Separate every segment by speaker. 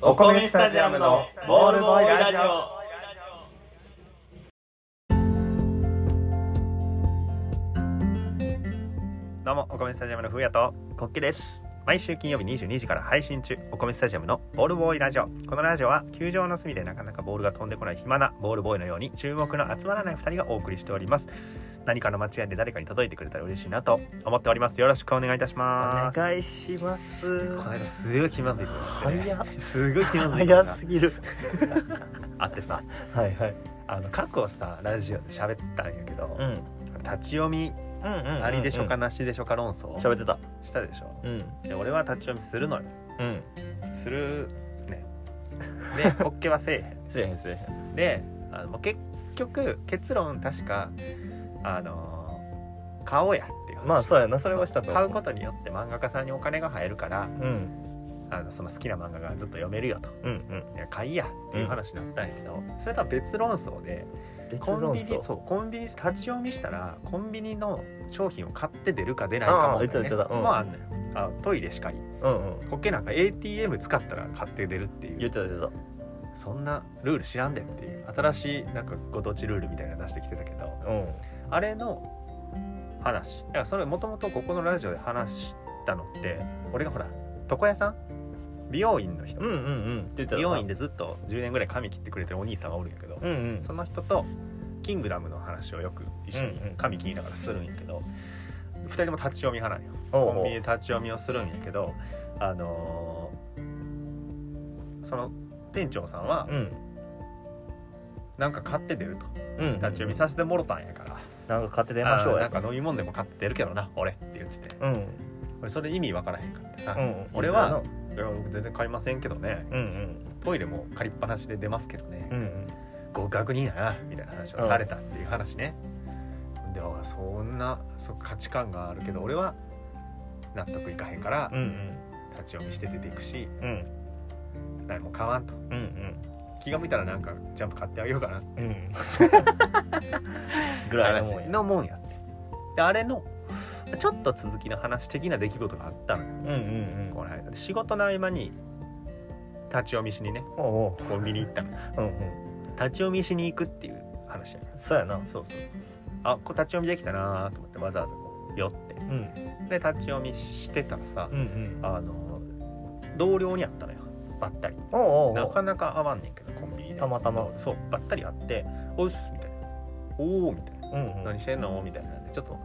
Speaker 1: お米スタジアムのボールボーイラジオ
Speaker 2: どうもお米スタジアムのふうやと
Speaker 1: こっきです
Speaker 2: 毎週金曜日22時から配信中お米スタジアムのボールボーイラジオこのラジオは球場の隅でなかなかボールが飛んでこない暇なボールボーイのように注目の集まらない2人がお送りしております何かの間違いで誰かに届いてくれたら嬉しいなと思っておりますよろしくお願いいたし
Speaker 1: お
Speaker 2: ます
Speaker 1: 願いします
Speaker 2: この間すごい気まずいことになってね
Speaker 1: 早っ
Speaker 2: すごい気まずいこと
Speaker 1: 早
Speaker 2: が
Speaker 1: すぎる
Speaker 2: あってさ
Speaker 1: はいはい
Speaker 2: あの過去さラジオで喋ったんやけど、
Speaker 1: うん
Speaker 2: 立ち読み
Speaker 1: うんうん
Speaker 2: ありでしょか
Speaker 1: な
Speaker 2: なしでしょか論争
Speaker 1: 喋ってた
Speaker 2: したでしょ
Speaker 1: うん
Speaker 2: で俺は立ち読みするのよ
Speaker 1: うん
Speaker 2: する ねでホッケはせ
Speaker 1: せえへんせえへん
Speaker 2: えへんであのもう結局結論確かあのー買おうやっていう話
Speaker 1: まあそうやなそれはしたと思う
Speaker 2: 買うことによって漫画家さんにお金が入るから
Speaker 1: うん
Speaker 2: あのその好きな漫画がずっと読めるよと
Speaker 1: うんうん
Speaker 2: いや買いやっていう話になったんやけど、それとは別論争で
Speaker 1: 別
Speaker 2: コン
Speaker 1: 論
Speaker 2: ビニ
Speaker 1: 争
Speaker 2: そうコンビニ立ち読みしたらコンビニの商品を買って出るか出ないかも、ね、
Speaker 1: ああ言ってた言ってたうん
Speaker 2: まああんのよあトイレしかり
Speaker 1: うんうん
Speaker 2: コケなんか ATM 使ったら買って出るっていう
Speaker 1: 言ってた言って
Speaker 2: そんなルール知らんでっていう新しいなんかご当地ルールみたいなの出してきてたけど
Speaker 1: たうん
Speaker 2: あれの話だからそれもともとここのラジオで話したのって俺がほら床屋さん美容院の人、
Speaker 1: うんうんうんって言ってた
Speaker 2: 美容院でずっと10年ぐらい髪切ってくれてるお兄さんがおるんやけど、
Speaker 1: うんうん
Speaker 2: その人とキングダムの話をよく一緒に
Speaker 1: うんうん
Speaker 2: 髪切りながらするんやけど、二人とも立ち読み派なんよ
Speaker 1: おうお
Speaker 2: コ
Speaker 1: う
Speaker 2: ンビニで立ち読みをするんやけどあのーその店長さんは
Speaker 1: うん
Speaker 2: なんか買って出ると
Speaker 1: うん
Speaker 2: 立ち読みさせてもろたんやから
Speaker 1: なんか買って出ましょ
Speaker 2: あ
Speaker 1: う
Speaker 2: ーな
Speaker 1: や
Speaker 2: んか飲み物でも買って出るけどな俺って言ってて
Speaker 1: うん
Speaker 2: 俺それ意味わからへんかってさ、
Speaker 1: う
Speaker 2: い
Speaker 1: ん
Speaker 2: 俺はや全然買いませんけどね
Speaker 1: うんうん
Speaker 2: トイレも借りっぱなしで出ますけどね
Speaker 1: うんうん
Speaker 2: 合格にななみたいな話をされたっていう話ね、であそんなそう価値観があるけど俺は納得いかへんから
Speaker 1: うん
Speaker 2: 立ち読みして出ていくし
Speaker 1: うんうん
Speaker 2: 何も買わんと
Speaker 1: うんうん
Speaker 2: 気が向いたらなんかジャンプ買ってあげようかなって
Speaker 1: うんぐ
Speaker 2: ぐら
Speaker 1: ら
Speaker 2: い
Speaker 1: い
Speaker 2: の
Speaker 1: の
Speaker 2: も
Speaker 1: も
Speaker 2: ん
Speaker 1: ん
Speaker 2: や
Speaker 1: や
Speaker 2: ってであれのちょっと続きの話的な出来事があったのよ
Speaker 1: うんうんうん
Speaker 2: この間で仕事の合間に立ち読みしにね
Speaker 1: おうお
Speaker 2: コンビニ行ったの
Speaker 1: ううんうん
Speaker 2: 立ち読みしに行くっていう話やから
Speaker 1: そうやな
Speaker 2: そうそうそうあこう立ち読みできたなと思ってわざわざこう寄って
Speaker 1: うん
Speaker 2: で立ち読みしてたらさ
Speaker 1: うんうん
Speaker 2: あの同僚に会ったのよばったり
Speaker 1: おうおうおう
Speaker 2: なかなか会わんねんけどコンビニで
Speaker 1: たまたま
Speaker 2: そうばったり会って「おっす」みたいな「おお」みたいな
Speaker 1: うん
Speaker 2: 「
Speaker 1: うん
Speaker 2: 何してんの?」みたいなんでちょっと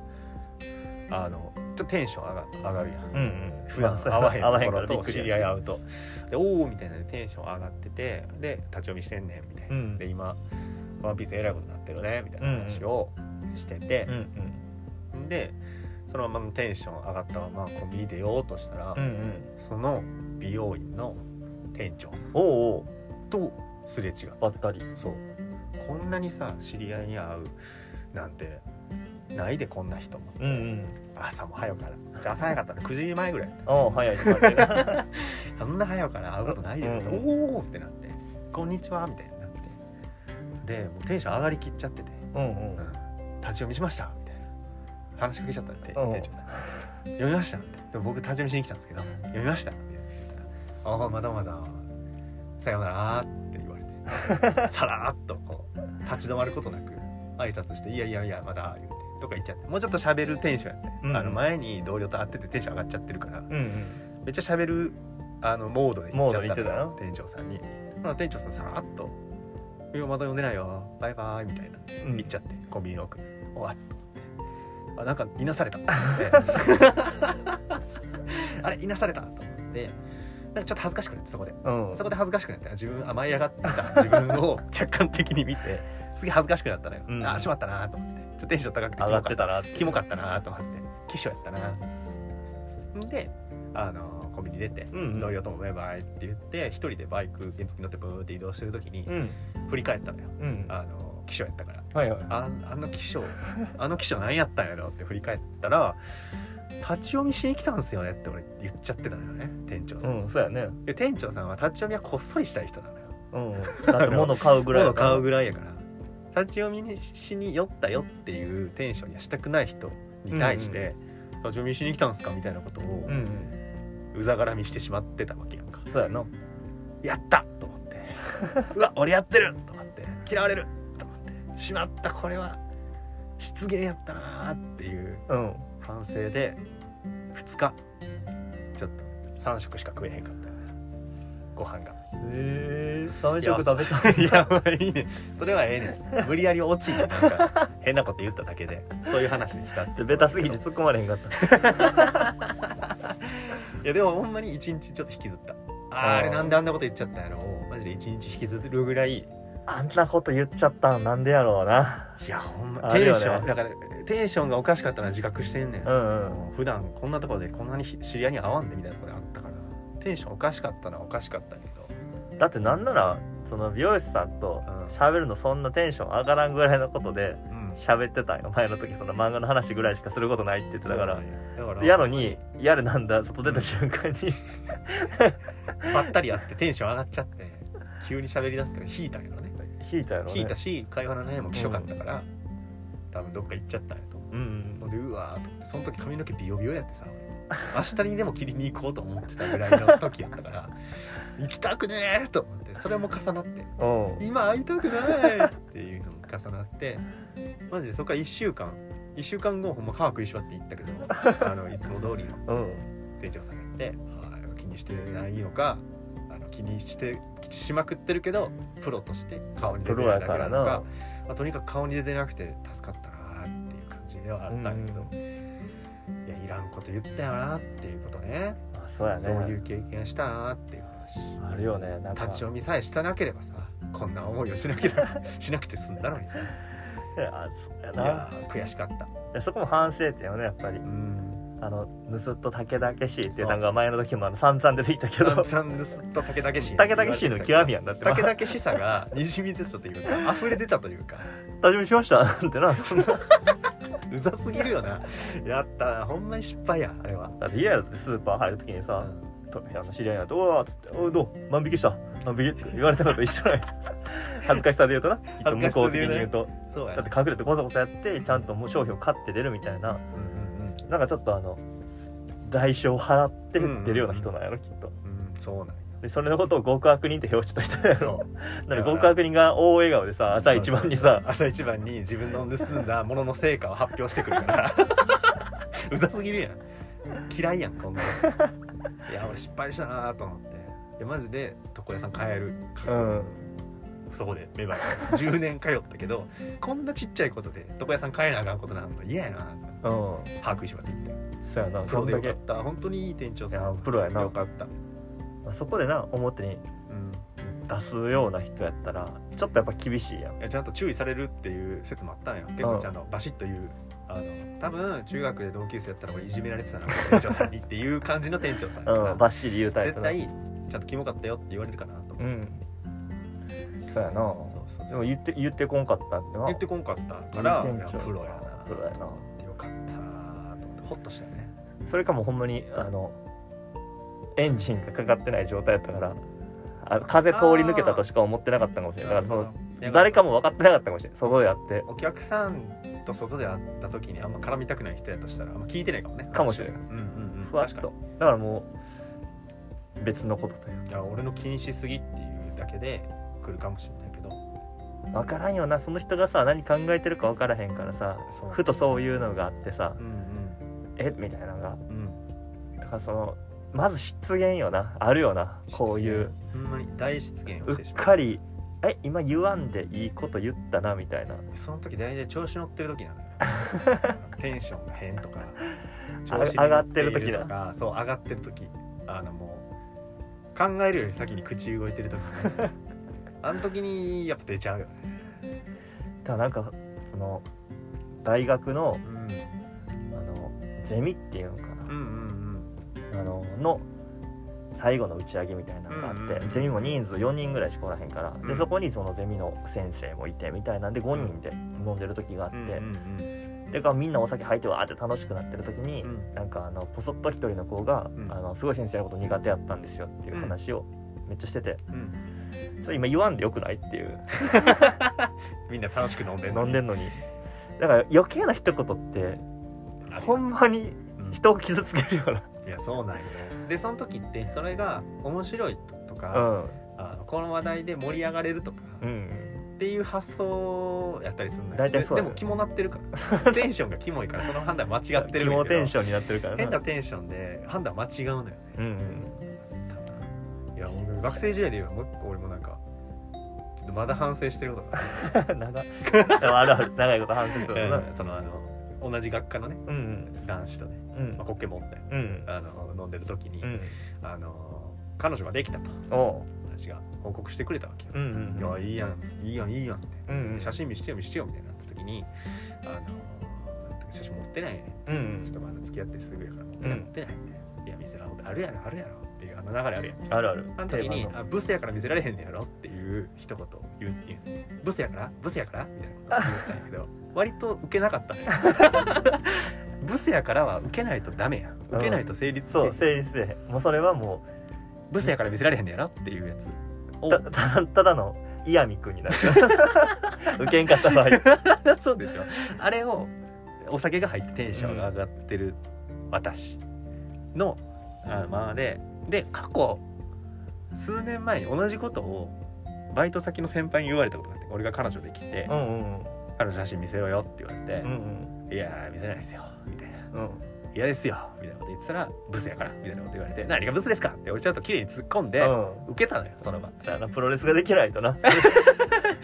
Speaker 2: あのちょっとテンション上が上がるやん、
Speaker 1: うんうん
Speaker 2: 普段
Speaker 1: そう
Speaker 2: 会わへん
Speaker 1: 会わへ
Speaker 2: と
Speaker 1: ん
Speaker 2: ころ
Speaker 1: からびっ
Speaker 2: と
Speaker 1: く
Speaker 2: 知
Speaker 1: り
Speaker 2: り合い合うと「でおお」みたいなんでテンション上がっててで立ち読みしてんねんみたいな、
Speaker 1: うん
Speaker 2: で今「ワンピースえらいことになってるね」みたいな話をしてて
Speaker 1: うん、うん
Speaker 2: でそのままテンション上がったままコンビニ出ようとしたら、
Speaker 1: うんうん
Speaker 2: その美容院の店長さん
Speaker 1: おうおう
Speaker 2: とすれ違う
Speaker 1: ばったり
Speaker 2: そうこんなにさ知り合いに会うなんてないでこんな人も
Speaker 1: うんうん
Speaker 2: 朝も早うからじゃあ朝早かったら9時前ぐらい
Speaker 1: おう早い時間やな
Speaker 2: そんな早うから会うことないで、
Speaker 1: うん
Speaker 2: おおってなって「こんにちは」みたいになってでもうテンション上がりきっちゃってて
Speaker 1: う
Speaker 2: 「
Speaker 1: ん
Speaker 2: う
Speaker 1: うん
Speaker 2: ん、立ち読みしました」みたいな話しかけちゃったんで、
Speaker 1: うん
Speaker 2: 店長さん「読みました」みたいなでも僕立ち読みしに来たんですけど「読みました」みたいな「ああまだまださようなら」って言われて さらーっとこう立ち止まることなく挨拶して「いやいやいやまだ」言うてとか言っちゃってもうちょっと喋るテンションやって、
Speaker 1: うん
Speaker 2: あの前に同僚と会っててテンション上がっちゃってるから
Speaker 1: うんうん
Speaker 2: めっちゃ喋るあのモードで行っちゃったか
Speaker 1: モ
Speaker 2: ら
Speaker 1: ー
Speaker 2: 店長さんにほな店長さんさらっと「いやまだ呼んでないよバイバイ」みたいな
Speaker 1: うん
Speaker 2: 行っちゃってコンビニの奥に終わっと思ってあなんかいなされたと 思ってあれいなされたと思ってなんかちょっと恥ずかしくなってそこで
Speaker 1: うん
Speaker 2: そこで恥ずかしくなって自分甘え上がってた自分を客観的に見てすげえ恥ずかしくなったのよ、
Speaker 1: うん
Speaker 2: ああしまったなと思ってちょっとテンション高くて
Speaker 1: 上がってたら
Speaker 2: キモかったなと思って起床やったなとであのコンビニ出て
Speaker 1: うんう
Speaker 2: 「
Speaker 1: ん
Speaker 2: 同僚ともバイバイ」って言って一人でバイク原付に乗ってブーって移動してる時に
Speaker 1: うん
Speaker 2: 振り返ったのよ
Speaker 1: うん
Speaker 2: あの起床やったから
Speaker 1: はいはい
Speaker 2: ああの気象あの気象何やったんやろって振り返ったら立ち読みしに来たんですよねって俺言っちゃってたのよね店長さ、
Speaker 1: うんんそうやね
Speaker 2: で店長さんは立ち読みはこっそりしたい人なのよ
Speaker 1: うんだって物買うぐらい
Speaker 2: 物を
Speaker 1: やから
Speaker 2: 買うぐらいやから立ち読みにしに寄ったよっていうテンションにはしたくない人に対して、立ち読みしに来たんすかみたいなことを
Speaker 1: うんうん
Speaker 2: うざがらみしてしまってたわけやんか
Speaker 1: そうやな
Speaker 2: やったと思って うわ俺やってると思って嫌われると思ってしまったこれは失言やったなーっていう
Speaker 1: うん
Speaker 2: 反省で2日ちょっと3食しか食えへんかったご飯が
Speaker 1: えー、3食食べた
Speaker 2: い やまあいいねそれはええねん無理やり落ちなんか変なこと言っただけでそういう話にしたって
Speaker 1: ベタすぎて突っ込まれへんかった
Speaker 2: いやでもほんまに一日ちょっと引きずったあーあれなんであんなこと言っちゃったんやろうマジで一日引きずるぐらい
Speaker 1: あんなこと言っちゃったんなんでやろうない
Speaker 2: やほん
Speaker 1: あ
Speaker 2: ま
Speaker 1: る
Speaker 2: テ
Speaker 1: よ
Speaker 2: ン
Speaker 1: ね
Speaker 2: ション、だからテンションがおかしかったのは自覚してんねん、
Speaker 1: うんうん
Speaker 2: もう普段こんなところでこんなに知り合いに会わんでみたいなところであったからテンションおかしかったのはおかしかったけど
Speaker 1: だってなんならその美容師さんと
Speaker 2: うん
Speaker 1: 喋るのそんなテンション上がらんぐらいのことで
Speaker 2: うん
Speaker 1: 喋ってたんよ前の時その漫画の話ぐらいしかすることないって言ってたから
Speaker 2: だから
Speaker 1: やのにやるなんだ外出た瞬間に
Speaker 2: ばったり会ってテンション上がっちゃって急に喋り出すから引いたけどね
Speaker 1: 引いたやろね
Speaker 2: 引いたし会話の悩みもきしょかったから、多分どっか行っちゃったんやと思う
Speaker 1: うんうん
Speaker 2: ほんでうわーと思ってその時髪の毛ビヨビヨや ってさ俺明日にでも切りに行こうと思ってたぐらいの時やったから行きたくねーと思ってそれも重なって
Speaker 1: うん
Speaker 2: 今会いたくないっていうのも重なってマジでそこから1週間1週間後ほんま歯食いしばって行ったけどあのいつも通りの
Speaker 1: うん
Speaker 2: 店長さんが言ってはい気にしてないのかあの気にしてしまくってるけどプロとして顔に出てないだけな
Speaker 1: プロやから
Speaker 2: の
Speaker 1: な
Speaker 2: か、まあ、とにかく顔に出てなくて助かったなっていう感じではあったんやけど、
Speaker 1: うん
Speaker 2: いやいらんこと言ったよなっていうことね
Speaker 1: あそうやね
Speaker 2: そういう経験したなっていう話。
Speaker 1: あるよねなんか
Speaker 2: 立ち読みさえしたなければさこんな思いをしなけれ ばしなくて済んだのにさい
Speaker 1: あそうやない
Speaker 2: やー悔しかった
Speaker 1: やそこも反省点よねやっぱり
Speaker 2: うん
Speaker 1: あの「ぬすっとたけだけしい」っていう単語は前の時もあの散々出てきたけど
Speaker 2: サンヌスと武田氏
Speaker 1: たけだけしいの極みやんだって
Speaker 2: 武田氏さがにじみ出たというか溢れ出たというか
Speaker 1: 大丈夫しましたなんてなそんな
Speaker 2: うざすぎるよなやったなほんまに失敗やあれは、
Speaker 1: だって家やってスーパー入る時に
Speaker 2: う
Speaker 1: さ、
Speaker 2: ん
Speaker 1: とあの知り合いになって「うわ」っつって「おうどう万引きした万引き」って言われたのと一緒 なんや恥ずかしさで言うとなきっと向こう的に言うと
Speaker 2: そうや
Speaker 1: だって隠れてこそこそやってちゃんともう商品を買って出るみたいな
Speaker 2: うんうん
Speaker 1: なんかちょっとあの代償を払って出るような人なんやろきっと
Speaker 2: うん、うん、そうなんや
Speaker 1: でそれのことを極悪人って表した人やろ
Speaker 2: そう
Speaker 1: だから極悪人が大笑顔でさ朝一番にさ
Speaker 2: 朝一番に自分の盗んだものの成果を発表してくるから うざすぎるやん嫌いやんこんなやついや俺失敗したなと思っていやマジで床屋さん変える、
Speaker 1: うん
Speaker 2: そこで芽生えた10年通ったけどこんなちっちゃいことで床屋さん変えなあかんことなんか嫌やな
Speaker 1: うんそ
Speaker 2: 把握しまって言って
Speaker 1: うやな
Speaker 2: プ
Speaker 1: そ
Speaker 2: ロ
Speaker 1: ん
Speaker 2: で
Speaker 1: だ
Speaker 2: よか
Speaker 1: け
Speaker 2: った本当にいい店長さ
Speaker 1: い
Speaker 2: ん
Speaker 1: やプロやな
Speaker 2: よかった、
Speaker 1: まあそこでな表に
Speaker 2: うん、
Speaker 1: 出すような人やったらちょっとやっぱ厳しいやん
Speaker 2: いやちゃんと注意されるっていう説もあったのよ結
Speaker 1: う
Speaker 2: 構
Speaker 1: ん
Speaker 2: ちゃんとバシッと言うあの多分中学で同級生やったら俺いじめられてたな店長さんにっていう感じの店長さんやか
Speaker 1: う
Speaker 2: ら
Speaker 1: ん、ばっしり言うタイプ
Speaker 2: 絶
Speaker 1: な
Speaker 2: 対ちゃんとキモかったよって言われるかなと思っ
Speaker 1: う
Speaker 2: て、
Speaker 1: んそうやな
Speaker 2: そうそう
Speaker 1: で
Speaker 2: そ
Speaker 1: も
Speaker 2: う
Speaker 1: 言って言ってこんかったってな
Speaker 2: 言ってこんかったから
Speaker 1: 店
Speaker 2: いや
Speaker 1: 長
Speaker 2: プロやな
Speaker 1: プロやな
Speaker 2: よかったなと思ってホッとしたよね
Speaker 1: それかもうほんまにあのエンジンがかかってない状態やったからあ風通り抜けたとしか思ってなかったかもしれないだからその誰かも分かってなかったかもしれない外でやって
Speaker 2: お客さんと外で会った時にあんま絡みたくない人やとしたらあんま聞いてないかもね
Speaker 1: かもしれない
Speaker 2: 話をうんうんうん
Speaker 1: ふわっ
Speaker 2: 確か
Speaker 1: とだからもう別のことという
Speaker 2: にいや俺の気にしすぎっていうだけで来るかもしれないけど
Speaker 1: か分からんよなその人がさ何考えてるか分からへんからさ
Speaker 2: そう
Speaker 1: ふとそういうのがあってさ
Speaker 2: うんうん
Speaker 1: えみたいなのが
Speaker 2: うん
Speaker 1: だからそのまず失言よなあるよなこういう
Speaker 2: 失言ほんまに大失言を
Speaker 1: う
Speaker 2: して
Speaker 1: っ
Speaker 2: しまう
Speaker 1: かり「え今言わんでいいこと言ったな」みたいな
Speaker 2: その時大体調子乗ってる時な のよテンションが変とか
Speaker 1: あ
Speaker 2: に乗
Speaker 1: 上がってる時だ
Speaker 2: とかそう上がってる時あのもう考えるより先に口動いてる時 ねあの時にやっぱ出ちゃうよね、
Speaker 1: ただなんかその大学の
Speaker 2: うん、
Speaker 1: あのゼミっていうのか
Speaker 2: うんうん
Speaker 1: なあのの最後の打ち上げみたいなのがあって、
Speaker 2: うんうんうん
Speaker 1: ゼミも人数4人ぐらいしかおらへんから、
Speaker 2: う
Speaker 1: で
Speaker 2: ん
Speaker 1: そこにそのゼミの先生もいてみたいなんで5人で飲んでる時があって、
Speaker 2: うんうんうん
Speaker 1: でかみんなお酒入ってわーって楽しくなってる時に、
Speaker 2: うん
Speaker 1: なんかあのポソッと一人の子が、
Speaker 2: うん
Speaker 1: あのすごい先生のこと苦手やったんですよっていう話をめっちゃしてて、
Speaker 2: うん
Speaker 1: それ今言わんでよくないっていう
Speaker 2: みんな楽しく飲んで
Speaker 1: 飲んでんのにだから余計な一言って
Speaker 2: あれ
Speaker 1: ほんまに
Speaker 2: うん
Speaker 1: 人を 傷つけるようない
Speaker 2: やそうなんよねでその時ってそれが面白いと
Speaker 1: う
Speaker 2: か、
Speaker 1: ん
Speaker 2: この話題で盛り上がれるとか
Speaker 1: うん
Speaker 2: っていう発想やったりするんだ
Speaker 1: 大体そう
Speaker 2: で
Speaker 1: だ
Speaker 2: も
Speaker 1: ね
Speaker 2: キモなってるから テンションがキモいからその判断間違ってるん
Speaker 1: 肝
Speaker 2: だけ
Speaker 1: テ
Speaker 2: ど
Speaker 1: ンションになってるからな
Speaker 2: 変なテンションで判断間違うのよね
Speaker 1: うん うん
Speaker 2: いや俺学生時代で言えばもう一個俺もなんかちょっとまだ反省してる ことがある
Speaker 1: 長でもあるある長いこと話するとな
Speaker 2: そのあの同じ学科のね
Speaker 1: うん
Speaker 2: 男子とね、
Speaker 1: うんうん
Speaker 2: まあ、コケモンって
Speaker 1: うん
Speaker 2: あの飲んでる時に、
Speaker 1: うん
Speaker 2: あの彼女ができたと
Speaker 1: おう
Speaker 2: 私が報告してくれたわけよ、
Speaker 1: うんうんう
Speaker 2: いや
Speaker 1: ん
Speaker 2: いいやんいいやんいいやんみたいな、
Speaker 1: うんうん
Speaker 2: 写真見してよ見してよみたいになった時にあの写真持ってないね
Speaker 1: うん
Speaker 2: ちょっとまだ付き合ってすぐやから持ってない
Speaker 1: うん
Speaker 2: 持ってないみたいな、いや見せられあるやろあるやろっていうあの流れあるやん
Speaker 1: あるある
Speaker 2: あの時に
Speaker 1: 定
Speaker 2: 「
Speaker 1: 番の
Speaker 2: あブスやから見せられへんねやろ」っていう一言言う言うブスやからブスやから?」みたいなこと言ったんやけ ど割と受けなかったねブスやからは受けないとダメやん受けないと成立
Speaker 1: そう
Speaker 2: せえへん
Speaker 1: 成立せえへんもうそれはも
Speaker 2: ブスやから見せられへんねやろっていうやつ
Speaker 1: う
Speaker 2: を
Speaker 1: たたただのイヤミ君になる 受けんかった場合
Speaker 2: そうでしょあれをお酒が入ってテンションが上がってる私のあままでで過去数年前に同じことをバイト先の先輩に言われたことがあって俺が彼女できて
Speaker 1: うんうん
Speaker 2: 「彼女の写真見せろよ」って言われ
Speaker 1: うんうん
Speaker 2: て「いやー見せないですよ」みたいな
Speaker 1: うん
Speaker 2: 「嫌ですよ」みたいなこと言ってたら「ブスやから」みたいなこと言われて「何がブスですか?」って俺ちゃんと綺麗に突っ込んで、
Speaker 1: うん
Speaker 2: 受けたのよその場
Speaker 1: だからプロレスができない とな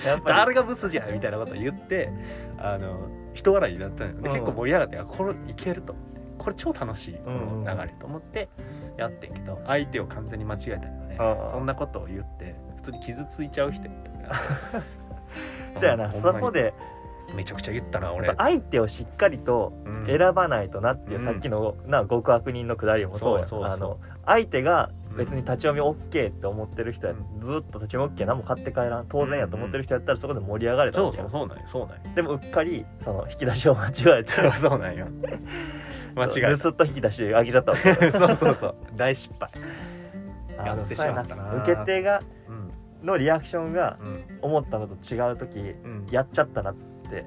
Speaker 1: やっぱ
Speaker 2: 誰
Speaker 1: り
Speaker 2: がブスじゃんみたいなこと言ってあの人笑いになったのよで
Speaker 1: うん
Speaker 2: 結構盛り上がってあこれいけると思ってこれ超楽しいこ
Speaker 1: うんう
Speaker 2: の
Speaker 1: ん
Speaker 2: 流れと思ってやってんけど相手を完全に間違えたのね
Speaker 1: ああ
Speaker 2: そんなことを言って普通に傷ついちゃう人やったから
Speaker 1: そうやな
Speaker 2: ほん
Speaker 1: そ
Speaker 2: まに
Speaker 1: こで
Speaker 2: めちゃくちゃ言ったな俺
Speaker 1: やっぱ相手をしっかりと
Speaker 2: うん
Speaker 1: 選ばないとなっていう、
Speaker 2: うん
Speaker 1: さっきのな極悪人のくだりもそうやん
Speaker 2: そうそうそう
Speaker 1: あの相手が
Speaker 2: うん
Speaker 1: 別に立ち読み OK って思ってる人や、
Speaker 2: う
Speaker 1: ずっと立ち読み OK 何も買って帰らん当然やと思ってる人やったらそこで盛り上がれた
Speaker 2: そ
Speaker 1: わ
Speaker 2: う
Speaker 1: け
Speaker 2: そ
Speaker 1: やん
Speaker 2: うそうなんよそうなんよ
Speaker 1: でもうっかりその引き出しを間違えて
Speaker 2: そうそうなん よ間違え
Speaker 1: ずっと引き出し開けちゃったわけ
Speaker 2: た そうそうそう大失敗
Speaker 1: あの
Speaker 2: やってしまったな
Speaker 1: そうや受け手が
Speaker 2: うん
Speaker 1: のリアクションが
Speaker 2: うん
Speaker 1: 思ったのと違う時
Speaker 2: うん
Speaker 1: やっちゃったなって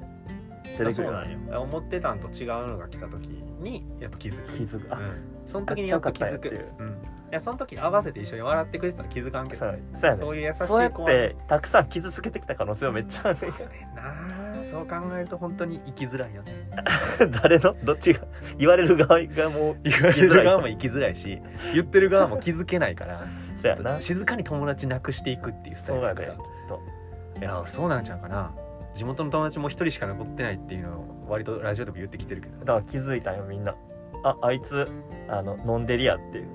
Speaker 1: 出てくる
Speaker 2: そうなんよ思ってたんと違うのが来た時にやっぱ気づく
Speaker 1: 気づくあ
Speaker 2: うんその時にやっぱ気づく
Speaker 1: やっちゃうか
Speaker 2: うん、いやその時合わせて一緒に笑ってくれてたら気づかんけ
Speaker 1: そ
Speaker 2: ど、
Speaker 1: うそうやね
Speaker 2: そういう優しい子
Speaker 1: そう
Speaker 2: は
Speaker 1: やってたくさん傷つけてきた可能性はめっちゃあるね
Speaker 2: そうやねんなそう考えると本当に生きづらいよね
Speaker 1: 誰のどっちが言われる側がもう
Speaker 2: 言われる側も生きづらいし言ってる側も気づけ ないから
Speaker 1: そうやな
Speaker 2: 静かに友達なくしていくっていうスタイ
Speaker 1: そう
Speaker 2: ル
Speaker 1: や
Speaker 2: だ
Speaker 1: ね
Speaker 2: か
Speaker 1: きっ
Speaker 2: ら
Speaker 1: と
Speaker 2: いや俺そうなんちゃうかな地元の友達も一人しか残ってないっていうのを割とラジオでも言ってきてるけど
Speaker 1: だから気づいたよみんなああいつあのノンデリアっていう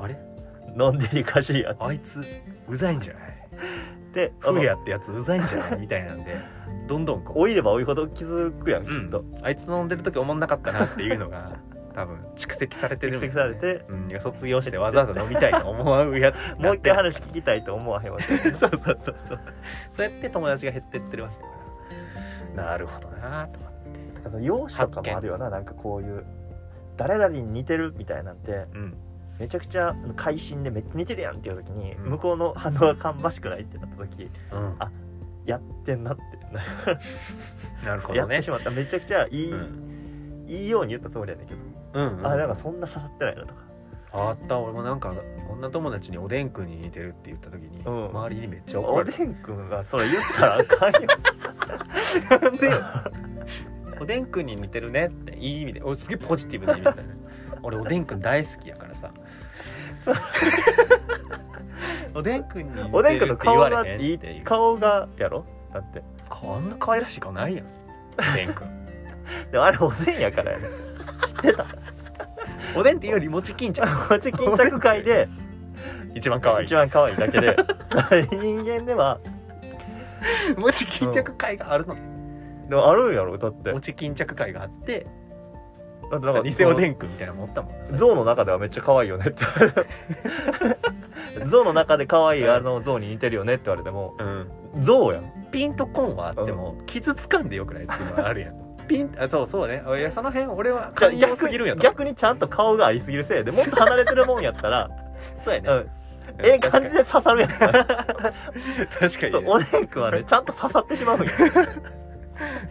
Speaker 2: あれ
Speaker 1: ノンデリカシリアっ
Speaker 2: あいつうざいんじゃない
Speaker 1: てあ
Speaker 2: フ
Speaker 1: の
Speaker 2: グやってやつうざいんじゃないみたいなんでどんどんこう
Speaker 1: 老いれば老いほど気づくやんき
Speaker 2: う
Speaker 1: っと、
Speaker 2: ん、あいつ飲んでる時おもんなかったなっていうの が多分蓄積されてるんだよね
Speaker 1: 蓄積されて
Speaker 2: うん、いや卒業してわざわざ飲みたいと思うやつ
Speaker 1: もう一回話聞きたいと思わへんわけ
Speaker 2: そうそうそうそうそうやって友達が減ってってるわけだからなるほどなと思って
Speaker 1: だから容姿とかもあるよななんかこういう誰々に似てるみたいなんて
Speaker 2: うん
Speaker 1: めちゃくちゃ会心でめっちゃ似てるやんっていう時に、
Speaker 2: うん
Speaker 1: 向こうの反応が芳しくないってなった時
Speaker 2: うん
Speaker 1: あやってんなって
Speaker 2: なるほ
Speaker 1: や
Speaker 2: ど
Speaker 1: っ
Speaker 2: ね
Speaker 1: てしまっためちゃくちゃいい、
Speaker 2: うん
Speaker 1: いいように言ったつもりやねんけど、
Speaker 2: うんうん
Speaker 1: あなんかそんな刺さってないなとか
Speaker 2: あった俺もなんか女友達におでんくんに似てるって言った時に、
Speaker 1: うん
Speaker 2: 周りにめっちゃ怒
Speaker 1: お
Speaker 2: られた
Speaker 1: でんくんがそれ言ったらあかんよ
Speaker 2: なんでよおでんくんに似てるねっていい意味で俺すげえポジティブな意味だね俺おでんくん大好きや からさおでんくんに 似
Speaker 1: お
Speaker 2: て
Speaker 1: で
Speaker 2: る
Speaker 1: ん
Speaker 2: っ
Speaker 1: く
Speaker 2: て言
Speaker 1: んの顔
Speaker 2: わ
Speaker 1: が
Speaker 2: れ
Speaker 1: い
Speaker 2: へんってい
Speaker 1: いう顔がやろだって
Speaker 2: こんな可愛らしい顔ないやんおでんくん
Speaker 1: でもあれおでんやからやね知ってた
Speaker 2: おでんっていうより餅巾ちゃん
Speaker 1: こっち巾着会で
Speaker 2: 一番可愛い
Speaker 1: 一番可愛いだ けで人間では
Speaker 2: 餅巾着会があるのね
Speaker 1: でもあるんやろだってだ
Speaker 2: 餅巾着会があって
Speaker 1: っ
Speaker 2: な
Speaker 1: て
Speaker 2: んか偽おで
Speaker 1: ん
Speaker 2: んくんみたいなの持ったもんな
Speaker 1: 象の中ではめっちゃ可愛いよ ねって象の中で可愛いあの象に似てるよねって言われても
Speaker 2: うん
Speaker 1: 象やん
Speaker 2: ピンとコンはあっても傷つかんでよくないっていうのはあるやんピンあそうそうねいやその辺俺は寛容すぎるんやと思う
Speaker 1: 逆にちゃんと顔がありすぎるせいでもっと離れてるもんやっ たら、
Speaker 2: そうや
Speaker 1: う
Speaker 2: ね、
Speaker 1: ん、ええ感じで刺 さるやつ
Speaker 2: 確かに
Speaker 1: そう
Speaker 2: ね
Speaker 1: おでんくんはねちゃんと刺さってしまうんや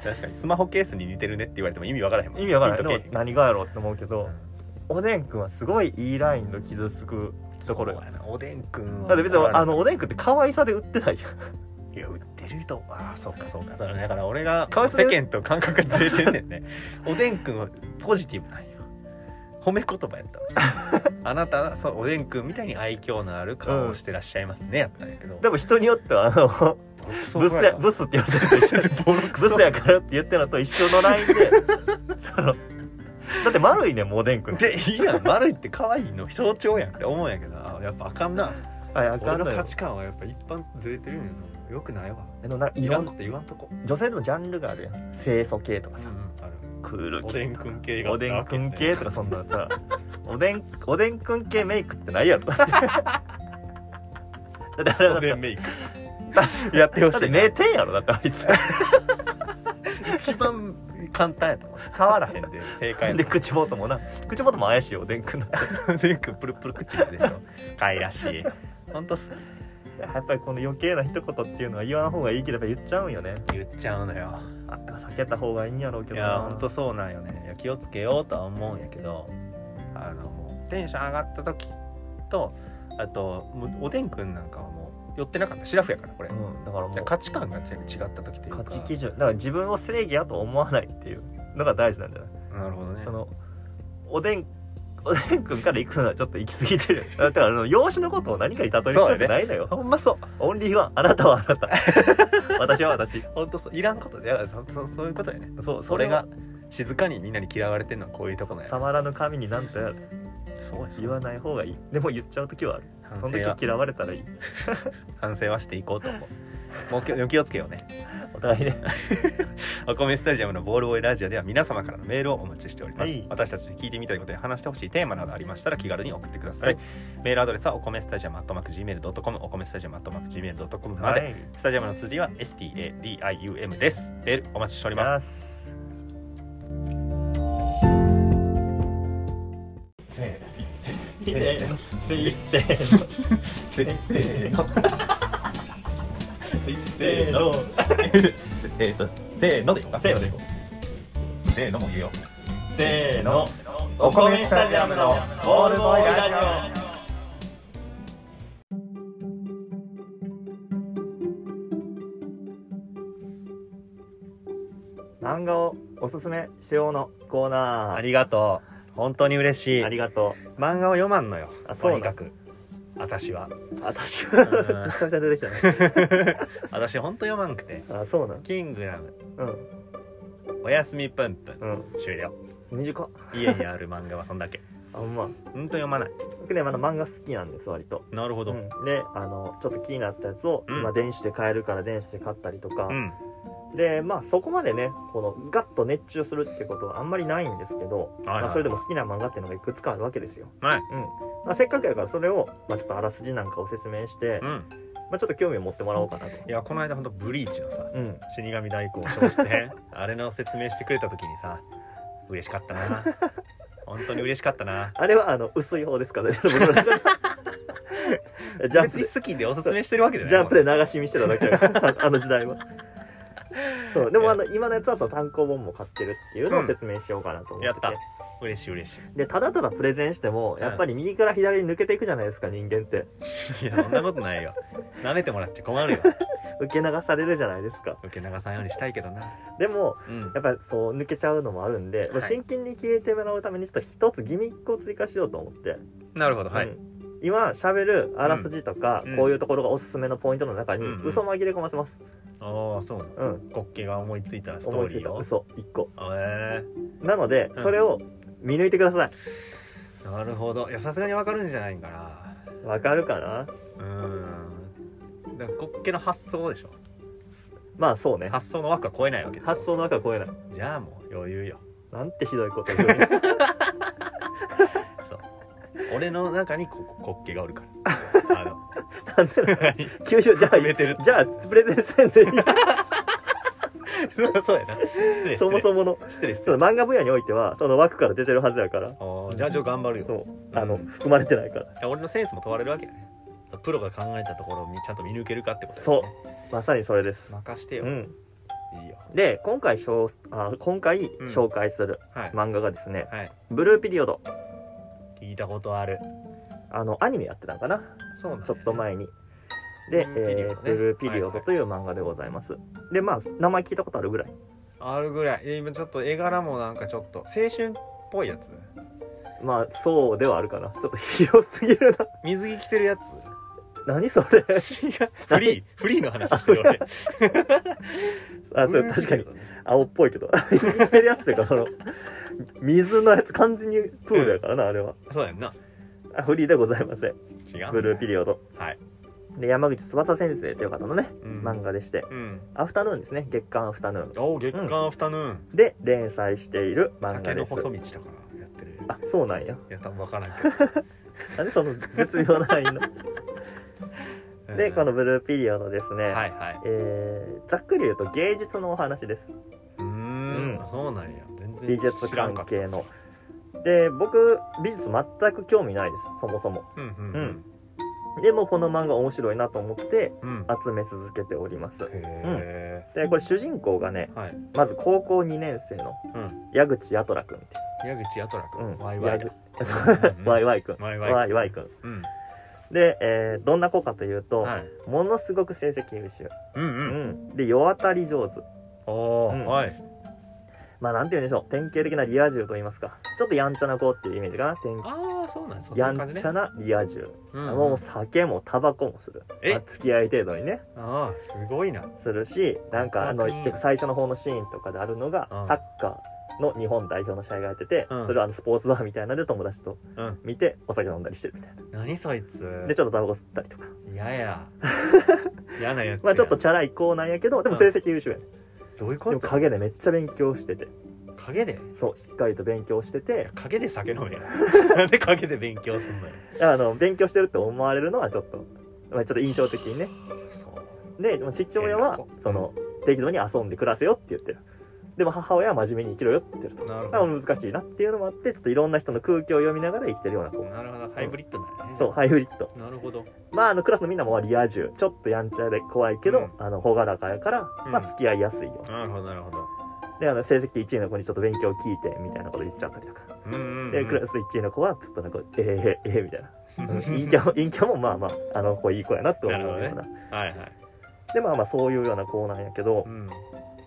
Speaker 2: 確かにスマホケースに似てるねって言われても意味わからへんもん
Speaker 1: 意味わから
Speaker 2: ピン
Speaker 1: な
Speaker 2: とけえへ
Speaker 1: いで
Speaker 2: ん
Speaker 1: も何がやろうって思うけどおでんくんはすごいいいラインの傷つくところが
Speaker 2: そうやなおでんくんは
Speaker 1: だって別にあのお
Speaker 2: で
Speaker 1: でんくんって可愛さで売ってないやん
Speaker 2: んいや売ってるとああそうかそうかそれだから俺が
Speaker 1: かわいそう
Speaker 2: 世
Speaker 1: だよ
Speaker 2: 間と感覚がずれてんねんねおでんくんはポジティブなんよ褒め言葉やったの あなたはそうおでんくんみたいに愛嬌のある顔をしてらっしゃいますねやったんやけど
Speaker 1: でも人によってはあのブスやブスって言われてる人
Speaker 2: ス ボロクソ
Speaker 1: ブスやからって言ってるのと一緒のラ インでそのだって丸いねんもうおでんくん
Speaker 2: でいいやん丸いって可愛いの象徴やんって思うんやけどあやっぱあかんな
Speaker 1: はいあか
Speaker 2: 俺
Speaker 1: ん
Speaker 2: の
Speaker 1: のよ
Speaker 2: 価値観はやっぱ一般ずれてるんやなよくないわ
Speaker 1: でもない
Speaker 2: い
Speaker 1: ろ
Speaker 2: らん
Speaker 1: ん
Speaker 2: こと言わんとこ、
Speaker 1: 女性でもジャンルがあるやん清楚系とかさ
Speaker 2: ある
Speaker 1: クール系
Speaker 2: おでんくん系が
Speaker 1: おでんくん系とかそんなのさ おでんおでんくん系メイクってない やろだってあれは
Speaker 2: おで
Speaker 1: だっ
Speaker 2: んメイク
Speaker 1: て
Speaker 2: やってほしいな
Speaker 1: だって名店やろだってあいつ
Speaker 2: 一番簡単やと思う
Speaker 1: 触らへん
Speaker 2: で正解
Speaker 1: で
Speaker 2: や
Speaker 1: 口元もな口元も怪しいよおでんくんの
Speaker 2: おでんくんプルプル口でしょ可愛らしい本当好き
Speaker 1: やっぱりこの余計な一言っていうのは言わん方がいいけどやっぱ言っちゃうんよね
Speaker 2: 言っちゃうのよ
Speaker 1: あ避けた方がいいんやろうけ
Speaker 2: い
Speaker 1: ど
Speaker 2: や
Speaker 1: な
Speaker 2: 本当そうなんよねいや気をつけようとは思うんやけどあのもうテンション上がった時とあともうおでんくんなんかはもう寄ってなかったシラフやからこれ、
Speaker 1: うんだからも
Speaker 2: じゃあ
Speaker 1: う
Speaker 2: 価値観が違った時というか
Speaker 1: 価値基準だから自分を正義やと思わないっていうのが大事なんじゃない
Speaker 2: なるほどね
Speaker 1: そのおでん おでんくんから行くのはちょっと行き過ぎてる だからあの養子のことを何かに例える必要ってないの よ、
Speaker 2: ほんまそう
Speaker 1: オンリーワンあなたはあな た私は私
Speaker 2: ほんとそういらんことでやそそそういうことやね
Speaker 1: そう
Speaker 2: そ
Speaker 1: そ
Speaker 2: れ
Speaker 1: れ
Speaker 2: が
Speaker 1: が
Speaker 2: 静かにみんなに嫌われてるのはこういうとこなんや
Speaker 1: 触らぬ神になんて
Speaker 2: そうです
Speaker 1: 言わない方がいいでも言っちゃう時はある
Speaker 2: 反
Speaker 1: その
Speaker 2: 省は
Speaker 1: 時嫌われたらいい
Speaker 2: 反省はしていこうと思うもうきょ気をつ けようね
Speaker 1: お互いね
Speaker 2: お米スタジアムのボールボーイラジオでは皆様からのメールをお待ちしております、
Speaker 1: はい
Speaker 2: 私たちに聞いてみたいことや話してほしいテーマなどありましたら気軽に送ってください、
Speaker 1: は
Speaker 2: メールアドレスはお米スタジアム Gmail.com お米スタジアム Gmail.com まで、
Speaker 1: はい
Speaker 2: スタジアムの数字は STADIUM ですメールお待ちしております
Speaker 3: せー
Speaker 1: せーの
Speaker 3: せ
Speaker 1: せ
Speaker 3: ーの
Speaker 1: ーの
Speaker 3: えーとせーのでいこうか
Speaker 1: せーのでいこ
Speaker 3: せーのも言うよ
Speaker 1: せーの
Speaker 3: お米スタジアムのボールボーイラジオ
Speaker 1: 漫画をおすすめしようのコーナー
Speaker 2: ありがとう本当に嬉しい
Speaker 1: ありがと
Speaker 2: 漫画を読まんのよ
Speaker 1: あそ
Speaker 2: と
Speaker 1: うな
Speaker 2: に
Speaker 1: ん
Speaker 2: かく私は
Speaker 1: う私はめ
Speaker 2: うん
Speaker 1: ちゃめちゃ出てきたね
Speaker 2: 私本当読まんくて
Speaker 1: あそうな
Speaker 2: 「
Speaker 1: ん
Speaker 2: キングダム
Speaker 1: うん
Speaker 2: おやすみぷんぷん
Speaker 1: うん」
Speaker 2: 終了
Speaker 1: 短っ
Speaker 2: 家にある漫画はそんだけ
Speaker 1: あほんま
Speaker 2: 本当読まない
Speaker 1: 僕ねまだ漫画好きなんです割と、
Speaker 2: なるほど、
Speaker 1: うんであのちょっと気になったやつを、
Speaker 2: うん
Speaker 1: まあ、電子で買えるから電子で買ったりとか、
Speaker 2: うん
Speaker 1: でまあそこまでねこのガッと熱中するってことはあんまりないんですけど、
Speaker 2: はいはい
Speaker 1: まあ、それでも好きな漫画っていうのがいくつかあるわけですよ、
Speaker 2: はい
Speaker 1: うんまあ、せっかくやからそれを、まあ、ちょっとあらすじなんかを説明して、
Speaker 2: う
Speaker 1: ま
Speaker 2: ん、
Speaker 1: あ、ちょっと興味を持ってもらおうかなと、
Speaker 2: いやこの間本当ブリーチのさ
Speaker 1: うん、
Speaker 2: 死神大工小出演あれの説明してくれた時にさ嬉しかったな本当に嬉しかったな
Speaker 1: あれはあの薄い方ですからね 僕の中でジャン
Speaker 2: 別
Speaker 1: プ
Speaker 2: に
Speaker 1: で
Speaker 2: 好きでおすすめしてるわけじゃない
Speaker 1: ジャンプで流し見してただけだからあの時代はそうでもあの今のやつはその単行本も買ってるっていうのを説明しようかなと思ってて、
Speaker 2: やった嬉しい嬉し
Speaker 1: でただただプレゼンしてもやっぱり右から左に抜けていくじゃないですか人間って
Speaker 2: いいやそんなことないよ舐めてもらっちゃ困るよ
Speaker 1: 受け流されるじゃないですか
Speaker 2: 受け流さんようにしたいけどな
Speaker 1: でも
Speaker 2: うん
Speaker 1: やっぱりそう抜けちゃうのもあるんで、
Speaker 2: はい
Speaker 1: 真剣に消えてもらうためにちょっと一つギミックを追加しようと思って、
Speaker 2: なるほどは
Speaker 1: う
Speaker 2: い
Speaker 1: ん今喋るあらすじとか、
Speaker 2: うん
Speaker 1: こういうところがおすすめのポイントの中に
Speaker 2: うんうん
Speaker 1: 嘘紛れ込ませます
Speaker 2: ああそうなの
Speaker 1: うん、
Speaker 2: 滑稽が思いついたスト
Speaker 1: 思
Speaker 2: ー
Speaker 1: いつ
Speaker 2: リ
Speaker 1: いた
Speaker 2: ーを
Speaker 1: 嘘一個
Speaker 2: え
Speaker 1: なので、
Speaker 2: うん
Speaker 1: それを見抜いてください
Speaker 2: えなるほどいやさすがにわかるんじゃないんかな
Speaker 1: わかるかな
Speaker 2: うーんだから滑稽の発想でしょ
Speaker 1: まあそうね
Speaker 2: 発想の枠は超えないわけでしょ
Speaker 1: 発想の中は超えない
Speaker 2: じゃあもう余裕よ
Speaker 1: なんてひどいこと言う の
Speaker 2: 俺の中にここ滑稽がおるから あの
Speaker 1: なんでなの急所じゃあ
Speaker 2: 埋めてる
Speaker 1: じゃあプレゼンせんでいい
Speaker 2: そうやな失礼
Speaker 1: そもそ
Speaker 2: も
Speaker 1: もの
Speaker 2: 失礼失
Speaker 1: その
Speaker 2: 礼
Speaker 1: 漫画分野においてはその枠から出てるはずやから
Speaker 2: おーじゃあちょっと頑張るよ
Speaker 1: そうあの、
Speaker 2: うん
Speaker 1: 含まれてないから
Speaker 2: いや俺のセンスも問われるわけやねプロが考えたところをみちゃんと見抜けるかってこと
Speaker 1: そう
Speaker 2: やね
Speaker 1: まさにそれです、
Speaker 2: 任してよ、
Speaker 1: うん、
Speaker 2: いいよ
Speaker 1: で今回しょうあ今回
Speaker 2: ん
Speaker 1: 紹介する
Speaker 2: はい、
Speaker 1: 漫画がですね
Speaker 2: はい
Speaker 1: 「ブルーピリオド」
Speaker 2: 聞いたことある
Speaker 1: あのアニメやってたんかな
Speaker 2: そうなんだ
Speaker 1: ちょっと前にで「
Speaker 2: ブルーピリオドね
Speaker 1: えーブルーピリオド」という漫画でございます、でまあ名前聞いたことあるぐらい
Speaker 2: あるぐらいで今ちょっと絵柄もなんかちょっと青春っぽいやつ
Speaker 1: まあそうではあるかなちょっと広すぎる
Speaker 2: 水着着てる やつ
Speaker 1: な 何それ
Speaker 2: フリーフリーの話してる俺
Speaker 1: あそう確かに青っぽいけど 水着着てるやつっていうかその水のやつ完全にプールやからなあれは
Speaker 2: そうやんな
Speaker 1: あフリーでございません
Speaker 2: 違う
Speaker 1: ブルーピリオド
Speaker 2: はい
Speaker 1: で山口翼先生という方のね、
Speaker 2: うん
Speaker 1: 漫画でして
Speaker 2: うん
Speaker 1: アフタヌーンですね月刊アフタヌーン
Speaker 2: お月刊アフタヌーン
Speaker 1: で連載している漫
Speaker 2: 酒
Speaker 1: 画
Speaker 2: の
Speaker 1: です
Speaker 2: 細道とかやってる
Speaker 1: あそうなんや
Speaker 2: やったん分からんけ
Speaker 1: なんでその絶妙なラインの
Speaker 2: ど
Speaker 1: でこの
Speaker 2: は
Speaker 1: ブルーピリオドですね、
Speaker 2: いはい
Speaker 1: えーざっくり言うと芸術のお話です
Speaker 2: うーん
Speaker 1: うん
Speaker 2: そうなんや全
Speaker 1: 美
Speaker 2: 然
Speaker 1: 術
Speaker 2: 知らん
Speaker 1: 関
Speaker 2: かった
Speaker 1: 係ので僕美術全く興味ないですそもそも
Speaker 2: うんうん
Speaker 1: でもこの漫画面白いなと思って
Speaker 2: うんうん
Speaker 1: 集め続けております
Speaker 2: へ
Speaker 1: でこれ主人公がね
Speaker 2: えはい
Speaker 1: まず高校2年生の
Speaker 2: うん
Speaker 1: 矢口八虎君って
Speaker 2: 矢口八虎
Speaker 1: うん
Speaker 2: 君ワイワイだ
Speaker 1: 矢口 そう
Speaker 2: うんうん
Speaker 1: ワイワイ君
Speaker 2: ワイワイ君
Speaker 1: ワイワイ君
Speaker 2: うん
Speaker 1: で、えーどんな子かというと、
Speaker 2: はい
Speaker 1: ものすごく成績優秀、
Speaker 2: うん
Speaker 1: う
Speaker 2: うん
Speaker 1: ん、で世渡り上手
Speaker 2: お
Speaker 1: うん
Speaker 2: ーはい
Speaker 1: まあなんて言うんでしょう典型的なリア充と言いますかちょっとやんちゃな子っていうイメージかな典型
Speaker 2: ああそうなんそん
Speaker 1: や
Speaker 2: な感
Speaker 1: ん
Speaker 2: じね
Speaker 1: ちゃなリア充、
Speaker 2: うんうん
Speaker 1: もう酒もタバコもする
Speaker 2: え
Speaker 1: まあ付き合い程度にね
Speaker 2: ああすごいな
Speaker 1: するしなんかあの
Speaker 2: うん
Speaker 1: 最初の方のシーンとかであるのが、
Speaker 2: うん
Speaker 1: サッカーの日本代表の試合がやってて、
Speaker 2: うん
Speaker 1: それをあのスポーツバーみたいなので友達と
Speaker 2: うん
Speaker 1: 見てお酒飲んだりしてるみたいな
Speaker 2: 何そいつ
Speaker 1: でちょっとタバコ吸ったりとか
Speaker 2: 嫌 や嫌なやつ
Speaker 1: まあちょっと
Speaker 2: や
Speaker 1: チャラい子なんやけどでも成績優秀やね、、
Speaker 2: どういうん
Speaker 1: で
Speaker 2: こ
Speaker 1: も
Speaker 2: と
Speaker 1: 陰でめっちゃ勉強してて
Speaker 2: 影で
Speaker 1: そうしっかりと勉強してて
Speaker 2: 影で酒飲 めやなんで影で勉強すんのよ
Speaker 1: あの勉強してるって思われるのはちょっと、まあ、ちょっと印象的にね
Speaker 2: そう
Speaker 1: ででも父親
Speaker 2: 変な
Speaker 1: は
Speaker 2: 子
Speaker 1: その適度に遊んで暮らせよって言ってるでも母親は真面目に生きろよって言ってると
Speaker 2: なる
Speaker 1: だ
Speaker 2: ほ
Speaker 1: から
Speaker 2: ど
Speaker 1: 難しいなっていうのもあってちょっといろんな人の空気を読みながら生きてるような子
Speaker 2: なるほどハイブリッドだね
Speaker 1: そうハイブリッド
Speaker 2: なるほど
Speaker 1: まああのクラスのみんなもリア充ちょっとやんちゃで怖いけど、あの朗らかやから、
Speaker 2: うん
Speaker 1: まあ付き合いやすいよ
Speaker 2: なるほどなるほど
Speaker 1: であの成績1位の子にちょっと勉強聞いてみたいなこと言っちゃったりとか
Speaker 2: うんうんうん
Speaker 1: でクラス1位の子はちょっとなんかええええええみ たいなうん陰キャも陰キャもまあまああの子いい子やなって思うよう
Speaker 2: な
Speaker 1: な
Speaker 2: るほはいはい
Speaker 1: でまあまあそういうような子なんやけど
Speaker 2: う、ん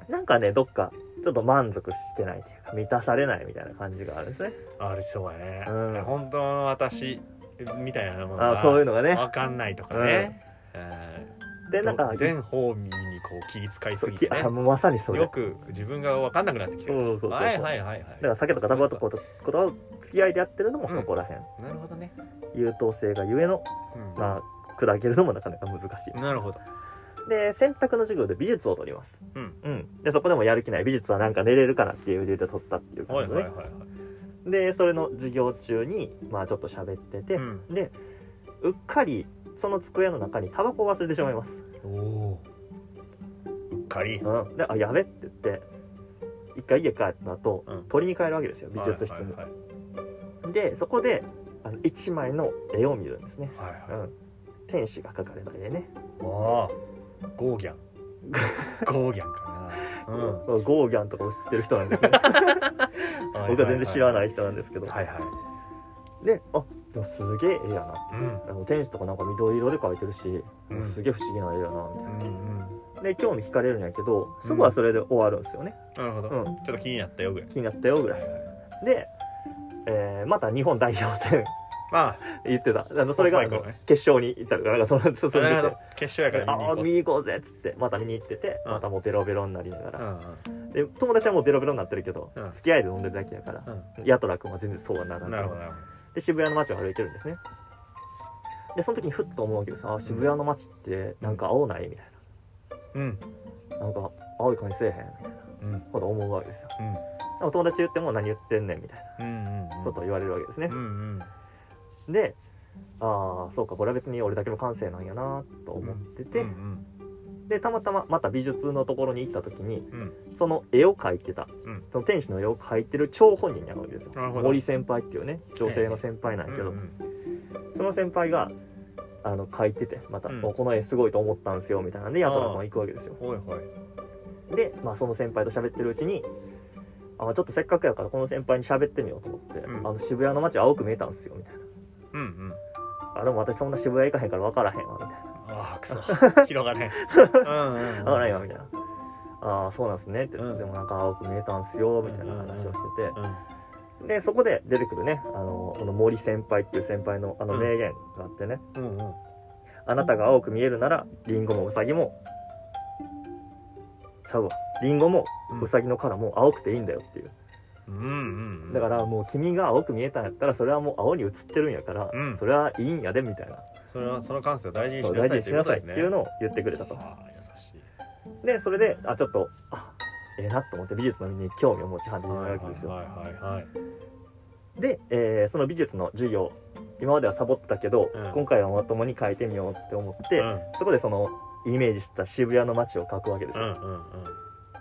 Speaker 1: なんかねどっかちょっと満足してないというか満たされないみたいな感じがあるんですね
Speaker 2: ありそうやね
Speaker 1: うん
Speaker 2: 本当の私みたいなもの
Speaker 1: あ
Speaker 2: が
Speaker 1: あそういうのがね
Speaker 2: わかんないとかねえー
Speaker 1: でなんか
Speaker 2: 全方位にこう気使い
Speaker 1: そ
Speaker 2: す
Speaker 1: う
Speaker 2: ぎ
Speaker 1: き
Speaker 2: てね
Speaker 1: あもうまさにそれ
Speaker 2: よく自分が分かんなくなってきて
Speaker 1: そうそうそうそう
Speaker 2: はいはいはいはいだ
Speaker 1: だから酒とかタバコとことこと付き合いでやってるのもそこらへん、
Speaker 2: なるほどね、
Speaker 1: 優等生がゆえの
Speaker 2: うん
Speaker 1: まあ砕けるのもなかなか難しい
Speaker 2: なるほど
Speaker 1: で選択の授業で美術を取ります
Speaker 2: うん、
Speaker 1: うん、でそこでもやる気ない美術はなんか寝れるからっていう理由で取ったっていう感
Speaker 2: は
Speaker 1: じ
Speaker 2: い
Speaker 1: で、
Speaker 2: は
Speaker 1: ね
Speaker 2: いはいはい
Speaker 1: でそれの授業中にまあちょっと喋ってて、
Speaker 2: うん
Speaker 1: でうっかりその机の中にタバコを忘れてしまいます、
Speaker 2: おおうっかり
Speaker 1: うん、であやべって言って一回家帰った後、
Speaker 2: うん
Speaker 1: 取りに帰るわけですよ美術室に、
Speaker 2: はいはい
Speaker 1: でそこであの一枚の絵を見るんですね、
Speaker 2: はい、
Speaker 1: う
Speaker 2: はい
Speaker 1: ん、天使が描かれた絵ね、
Speaker 2: おーゴー ギャンゴーギャンかな、うん
Speaker 1: まあゴーギャンとかを知ってる人なんですね僕は全然知らない人なんですけど、
Speaker 2: はいはい
Speaker 1: であでもすげえ絵やな
Speaker 2: うん
Speaker 1: あの天使とかなんか緑色で描いてるし、
Speaker 2: うん
Speaker 1: すげえ不思議な絵だなみたい
Speaker 2: うんうん
Speaker 1: なで興味惹かれるんやけどそこはそれで終わるんですよね、
Speaker 2: なるほど、
Speaker 1: うん
Speaker 2: ちょっと気になったよぐらい
Speaker 1: 気になったよぐらいで、えーまた日本代表戦
Speaker 2: ま
Speaker 1: 言ってたあのそれがあ
Speaker 2: そう
Speaker 1: の
Speaker 2: そうね
Speaker 1: 決勝に行ったりとかなんかそのそ
Speaker 2: あ
Speaker 1: そ
Speaker 2: なるほ
Speaker 1: れで
Speaker 2: ど決勝やから
Speaker 1: ああ
Speaker 2: 見
Speaker 1: 見
Speaker 2: に行
Speaker 1: に行こうぜっつってまた見に行ってて
Speaker 2: うん
Speaker 1: またもうベロベロになりなが
Speaker 2: こう
Speaker 1: ら、で友達はもうベロベロになってるけど、
Speaker 2: うん
Speaker 1: 付き合いで飲んでるだけやから、ヤトラ君は全然そうはなら
Speaker 2: うんうんな
Speaker 1: ず
Speaker 2: るほどなるほ
Speaker 1: で渋谷の街を歩いてるんですねでその時にふっと思うわけですあ渋谷の街ってなんか青ないみたいな
Speaker 2: どうん
Speaker 1: なんか青い感じせえへんみたい
Speaker 2: う
Speaker 1: な
Speaker 2: ん
Speaker 1: こと思うわけですよ
Speaker 2: うん
Speaker 1: でも友達言っても何言ってんねんみたい
Speaker 2: うん
Speaker 1: なことを言われるわけですね
Speaker 2: うんう、ん
Speaker 1: でああそうかこれは別に俺だけの感性なんやなと思ってて、
Speaker 2: うんうん
Speaker 1: でたまたままた美術のところに行った時に
Speaker 2: うん
Speaker 1: その絵を描いてた、
Speaker 2: うん
Speaker 1: その天使の絵を描いてる張本人に会うわけですよ
Speaker 2: なるほど
Speaker 1: 森先輩っていうね女性の先輩なんやけど、
Speaker 2: うん
Speaker 1: その先輩があの描いててまた、
Speaker 2: うん
Speaker 1: もうこの絵すごいと思ったんですよみたいなんでやたらも行くわけですよ
Speaker 2: うん、おいおい
Speaker 1: で、まあ、その先輩と喋ってるうちにあちょっとせっかくやからこの先輩に喋ってみようと思って、
Speaker 2: うん
Speaker 1: あの渋谷の街青く見えたんすよみたいな
Speaker 2: うんうん
Speaker 1: あでも私そんな渋谷行かへんから分からへんわみたいな
Speaker 2: ああく そ広がねうんうんうん
Speaker 1: 分からへんわみたいなああそうなんすねって、
Speaker 2: うん
Speaker 1: でもなんか青く見えたんすよみたいな話をしてて、
Speaker 2: うん
Speaker 1: でそこで出てくるねあのこの森先輩っていう先輩のあの
Speaker 2: うん
Speaker 1: 名言があってね、
Speaker 2: うんうん
Speaker 1: あなたが青く見えるならリンゴもウサギもちゃうわリンゴもウサギの殻も青くていいんだよっていう、
Speaker 2: うんうん
Speaker 1: だからもう君が青く見えたんやったらそれはもう青に映ってるんやから、
Speaker 2: うん
Speaker 1: それはいいんやでみたいな
Speaker 2: それはその感性を大事に
Speaker 1: そ
Speaker 2: し
Speaker 1: う
Speaker 2: な
Speaker 1: 大
Speaker 2: さ
Speaker 1: 事
Speaker 2: いという
Speaker 1: にし
Speaker 2: こ
Speaker 1: な
Speaker 2: と
Speaker 1: さい
Speaker 2: で
Speaker 1: っ
Speaker 2: す
Speaker 1: て
Speaker 2: ね
Speaker 1: いうのを言ってくれたと
Speaker 2: ああ優しい
Speaker 1: でそれであちょっとあええなと思って美術の身に興味を持ち始める
Speaker 2: はいは
Speaker 1: わ
Speaker 2: い
Speaker 1: けですよ、
Speaker 2: はいはい
Speaker 1: で、えーその美術の授業今まではサボってたけど、
Speaker 2: うん
Speaker 1: 今回はまともに描いてみようって思って、
Speaker 2: うん
Speaker 1: そこでそのイメージした渋谷の街を描くわけです
Speaker 2: う
Speaker 1: よ、
Speaker 2: んうんうん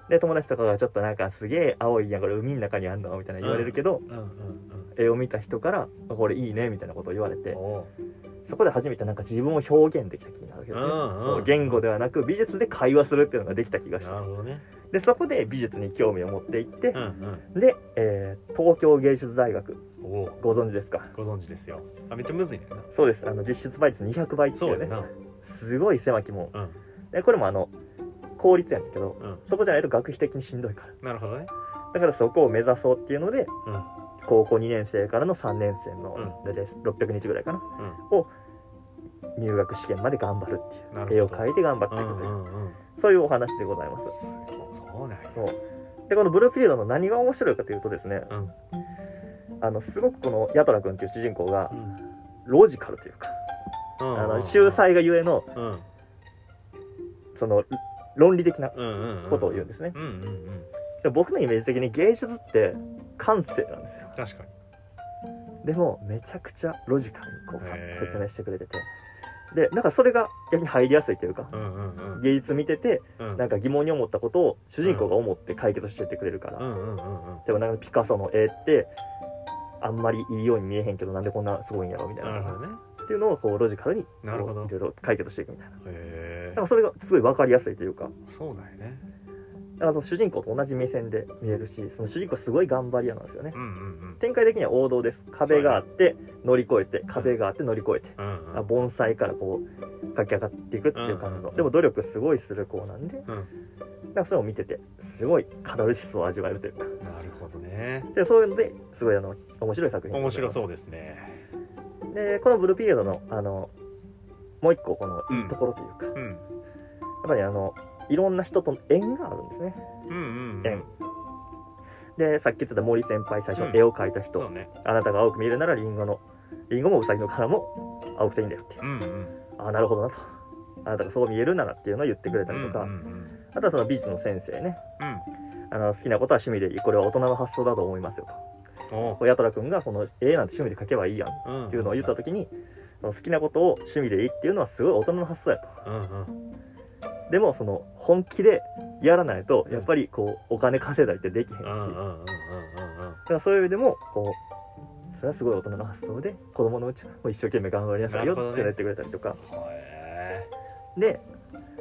Speaker 1: で友達とかがちょっとなんかすげえ青いやんこれ海の中にあんのみたいな言われるけど、
Speaker 2: うんうん
Speaker 1: 絵を見た人からこれいいねみたいなことを言われ
Speaker 2: う
Speaker 1: て
Speaker 2: んおう
Speaker 1: そこで初めてなんか自分を表現できた気になるわけですね、
Speaker 2: うんうん
Speaker 1: そう言語ではなく美術で会話するっていうのができた気がして
Speaker 2: なるほどね
Speaker 1: でそこで美術に興味を持っていって
Speaker 2: う、ん
Speaker 1: で、えー東京芸術大学
Speaker 2: うんおう
Speaker 1: ご存知ですか
Speaker 2: ご存知ですよあめっちゃむずいねんな
Speaker 1: そうですあの実質倍率200倍ってい
Speaker 2: そう
Speaker 1: う
Speaker 2: や
Speaker 1: ね
Speaker 2: な
Speaker 1: すごい狭きも
Speaker 2: うん
Speaker 1: んでこれもあの公立やねんけど
Speaker 2: うん
Speaker 1: そこじゃないと学費的にしんどいから
Speaker 2: なるほどね
Speaker 1: だからそこを目指そうっていうので、
Speaker 2: うん
Speaker 1: 高校2年生からの3年生の、
Speaker 2: う
Speaker 1: で600日ぐらいかな
Speaker 2: うん
Speaker 1: 入学試験まで頑張るっていう
Speaker 2: なるほど
Speaker 1: 絵を描いて頑張って
Speaker 2: う
Speaker 1: いく
Speaker 2: ん
Speaker 1: と
Speaker 2: う
Speaker 1: いう、
Speaker 2: んうん
Speaker 1: そういうお話でございます
Speaker 2: すごいそうなんや
Speaker 1: そうでこのブルーピリオドの何が面白いかというとですね
Speaker 2: うん
Speaker 1: あのすごくこの八虎君っていう主人公が
Speaker 2: うん
Speaker 1: ロジカルというか、
Speaker 2: うん
Speaker 1: あの秀才がゆえの
Speaker 2: うんうん
Speaker 1: その論理的な
Speaker 2: うんうん
Speaker 1: ことを言うんですね、
Speaker 2: うんうんうん
Speaker 1: で僕のイメージ的に芸術って感性なんですよ
Speaker 2: 確かに
Speaker 1: でもめちゃくちゃロジカルにこうパ
Speaker 2: へ
Speaker 1: ッ
Speaker 2: ー
Speaker 1: と説明してくれててでなんかそれが逆に入りやすいというか
Speaker 2: うんうんうん
Speaker 1: 芸術見てて
Speaker 2: うん
Speaker 1: なんか疑問に思ったことを主人公が思って解決してってくれるから、
Speaker 2: うんうんうんうん
Speaker 1: でもなんかピカソの絵ってあんまりいいように見えへんけどなんでこんなすごいんやろみたいな
Speaker 2: なるほどね
Speaker 1: っていうのをこうロジカルにこう
Speaker 2: なるほど
Speaker 1: いろいろ解決していくみたいな
Speaker 2: へ
Speaker 1: なん
Speaker 2: え
Speaker 1: かそれがすごい分かりやすいというか
Speaker 2: そうなんやね
Speaker 1: だからその主人公と同じ目線で見えるしその主人公すごい頑張り屋なんですよね
Speaker 2: うんうん
Speaker 1: 展開的には王道です壁があって乗り越えて壁があって乗り越えて、
Speaker 2: うんうんうん
Speaker 1: あ盆栽からこう駆け上がっていくっていう感じ
Speaker 2: うん
Speaker 1: の、
Speaker 2: うんうん
Speaker 1: でも努力すごいする子なんで、
Speaker 2: うん
Speaker 1: なんかそれを見ててすごいカタルシスを味わえるというか
Speaker 2: なるほどね
Speaker 1: でそういうのですごいあの面白い作品
Speaker 2: 面白
Speaker 1: う
Speaker 2: そうですね
Speaker 1: でこのブルーピリオドのあのもう一個このいいところというか、やっ
Speaker 2: うん
Speaker 1: ぱりあのいろんな人との縁があるんですね
Speaker 2: うんうんう
Speaker 1: 縁
Speaker 2: ん
Speaker 1: でさっき言ってた森先輩最初
Speaker 2: うん
Speaker 1: 絵を描いた人、
Speaker 2: そうね
Speaker 1: あなたが青く見えるならリンゴのリンゴもウサギの殻も青くていいんだよっていう
Speaker 2: うんうん
Speaker 1: ああなるほどなとあなたがそう見えるならっていうのを言ってくれたりとか、
Speaker 2: うんうんうん
Speaker 1: あとはその美術の先生ね
Speaker 2: うん
Speaker 1: あの好きなことは趣味でいいこれは大人の発想だと思いますよと
Speaker 2: おう
Speaker 1: こう八虎君がその絵なんて趣味で描けばいいやんっ
Speaker 2: って
Speaker 1: いうのを言った時にその好きなことを趣味でいいっていうのはすごい大人の発想やと
Speaker 2: うんうん
Speaker 1: でもその本気でやらないとやっぱりこうお金稼いだりってできへんし
Speaker 2: うんうんうんうんうん
Speaker 1: だからそういう意味でもこうそれはすごい大人の発想で子供のうちはもう一生懸命頑張りなさいよって
Speaker 2: なるほどね
Speaker 1: 言ってくれたりとか、
Speaker 2: へ
Speaker 1: で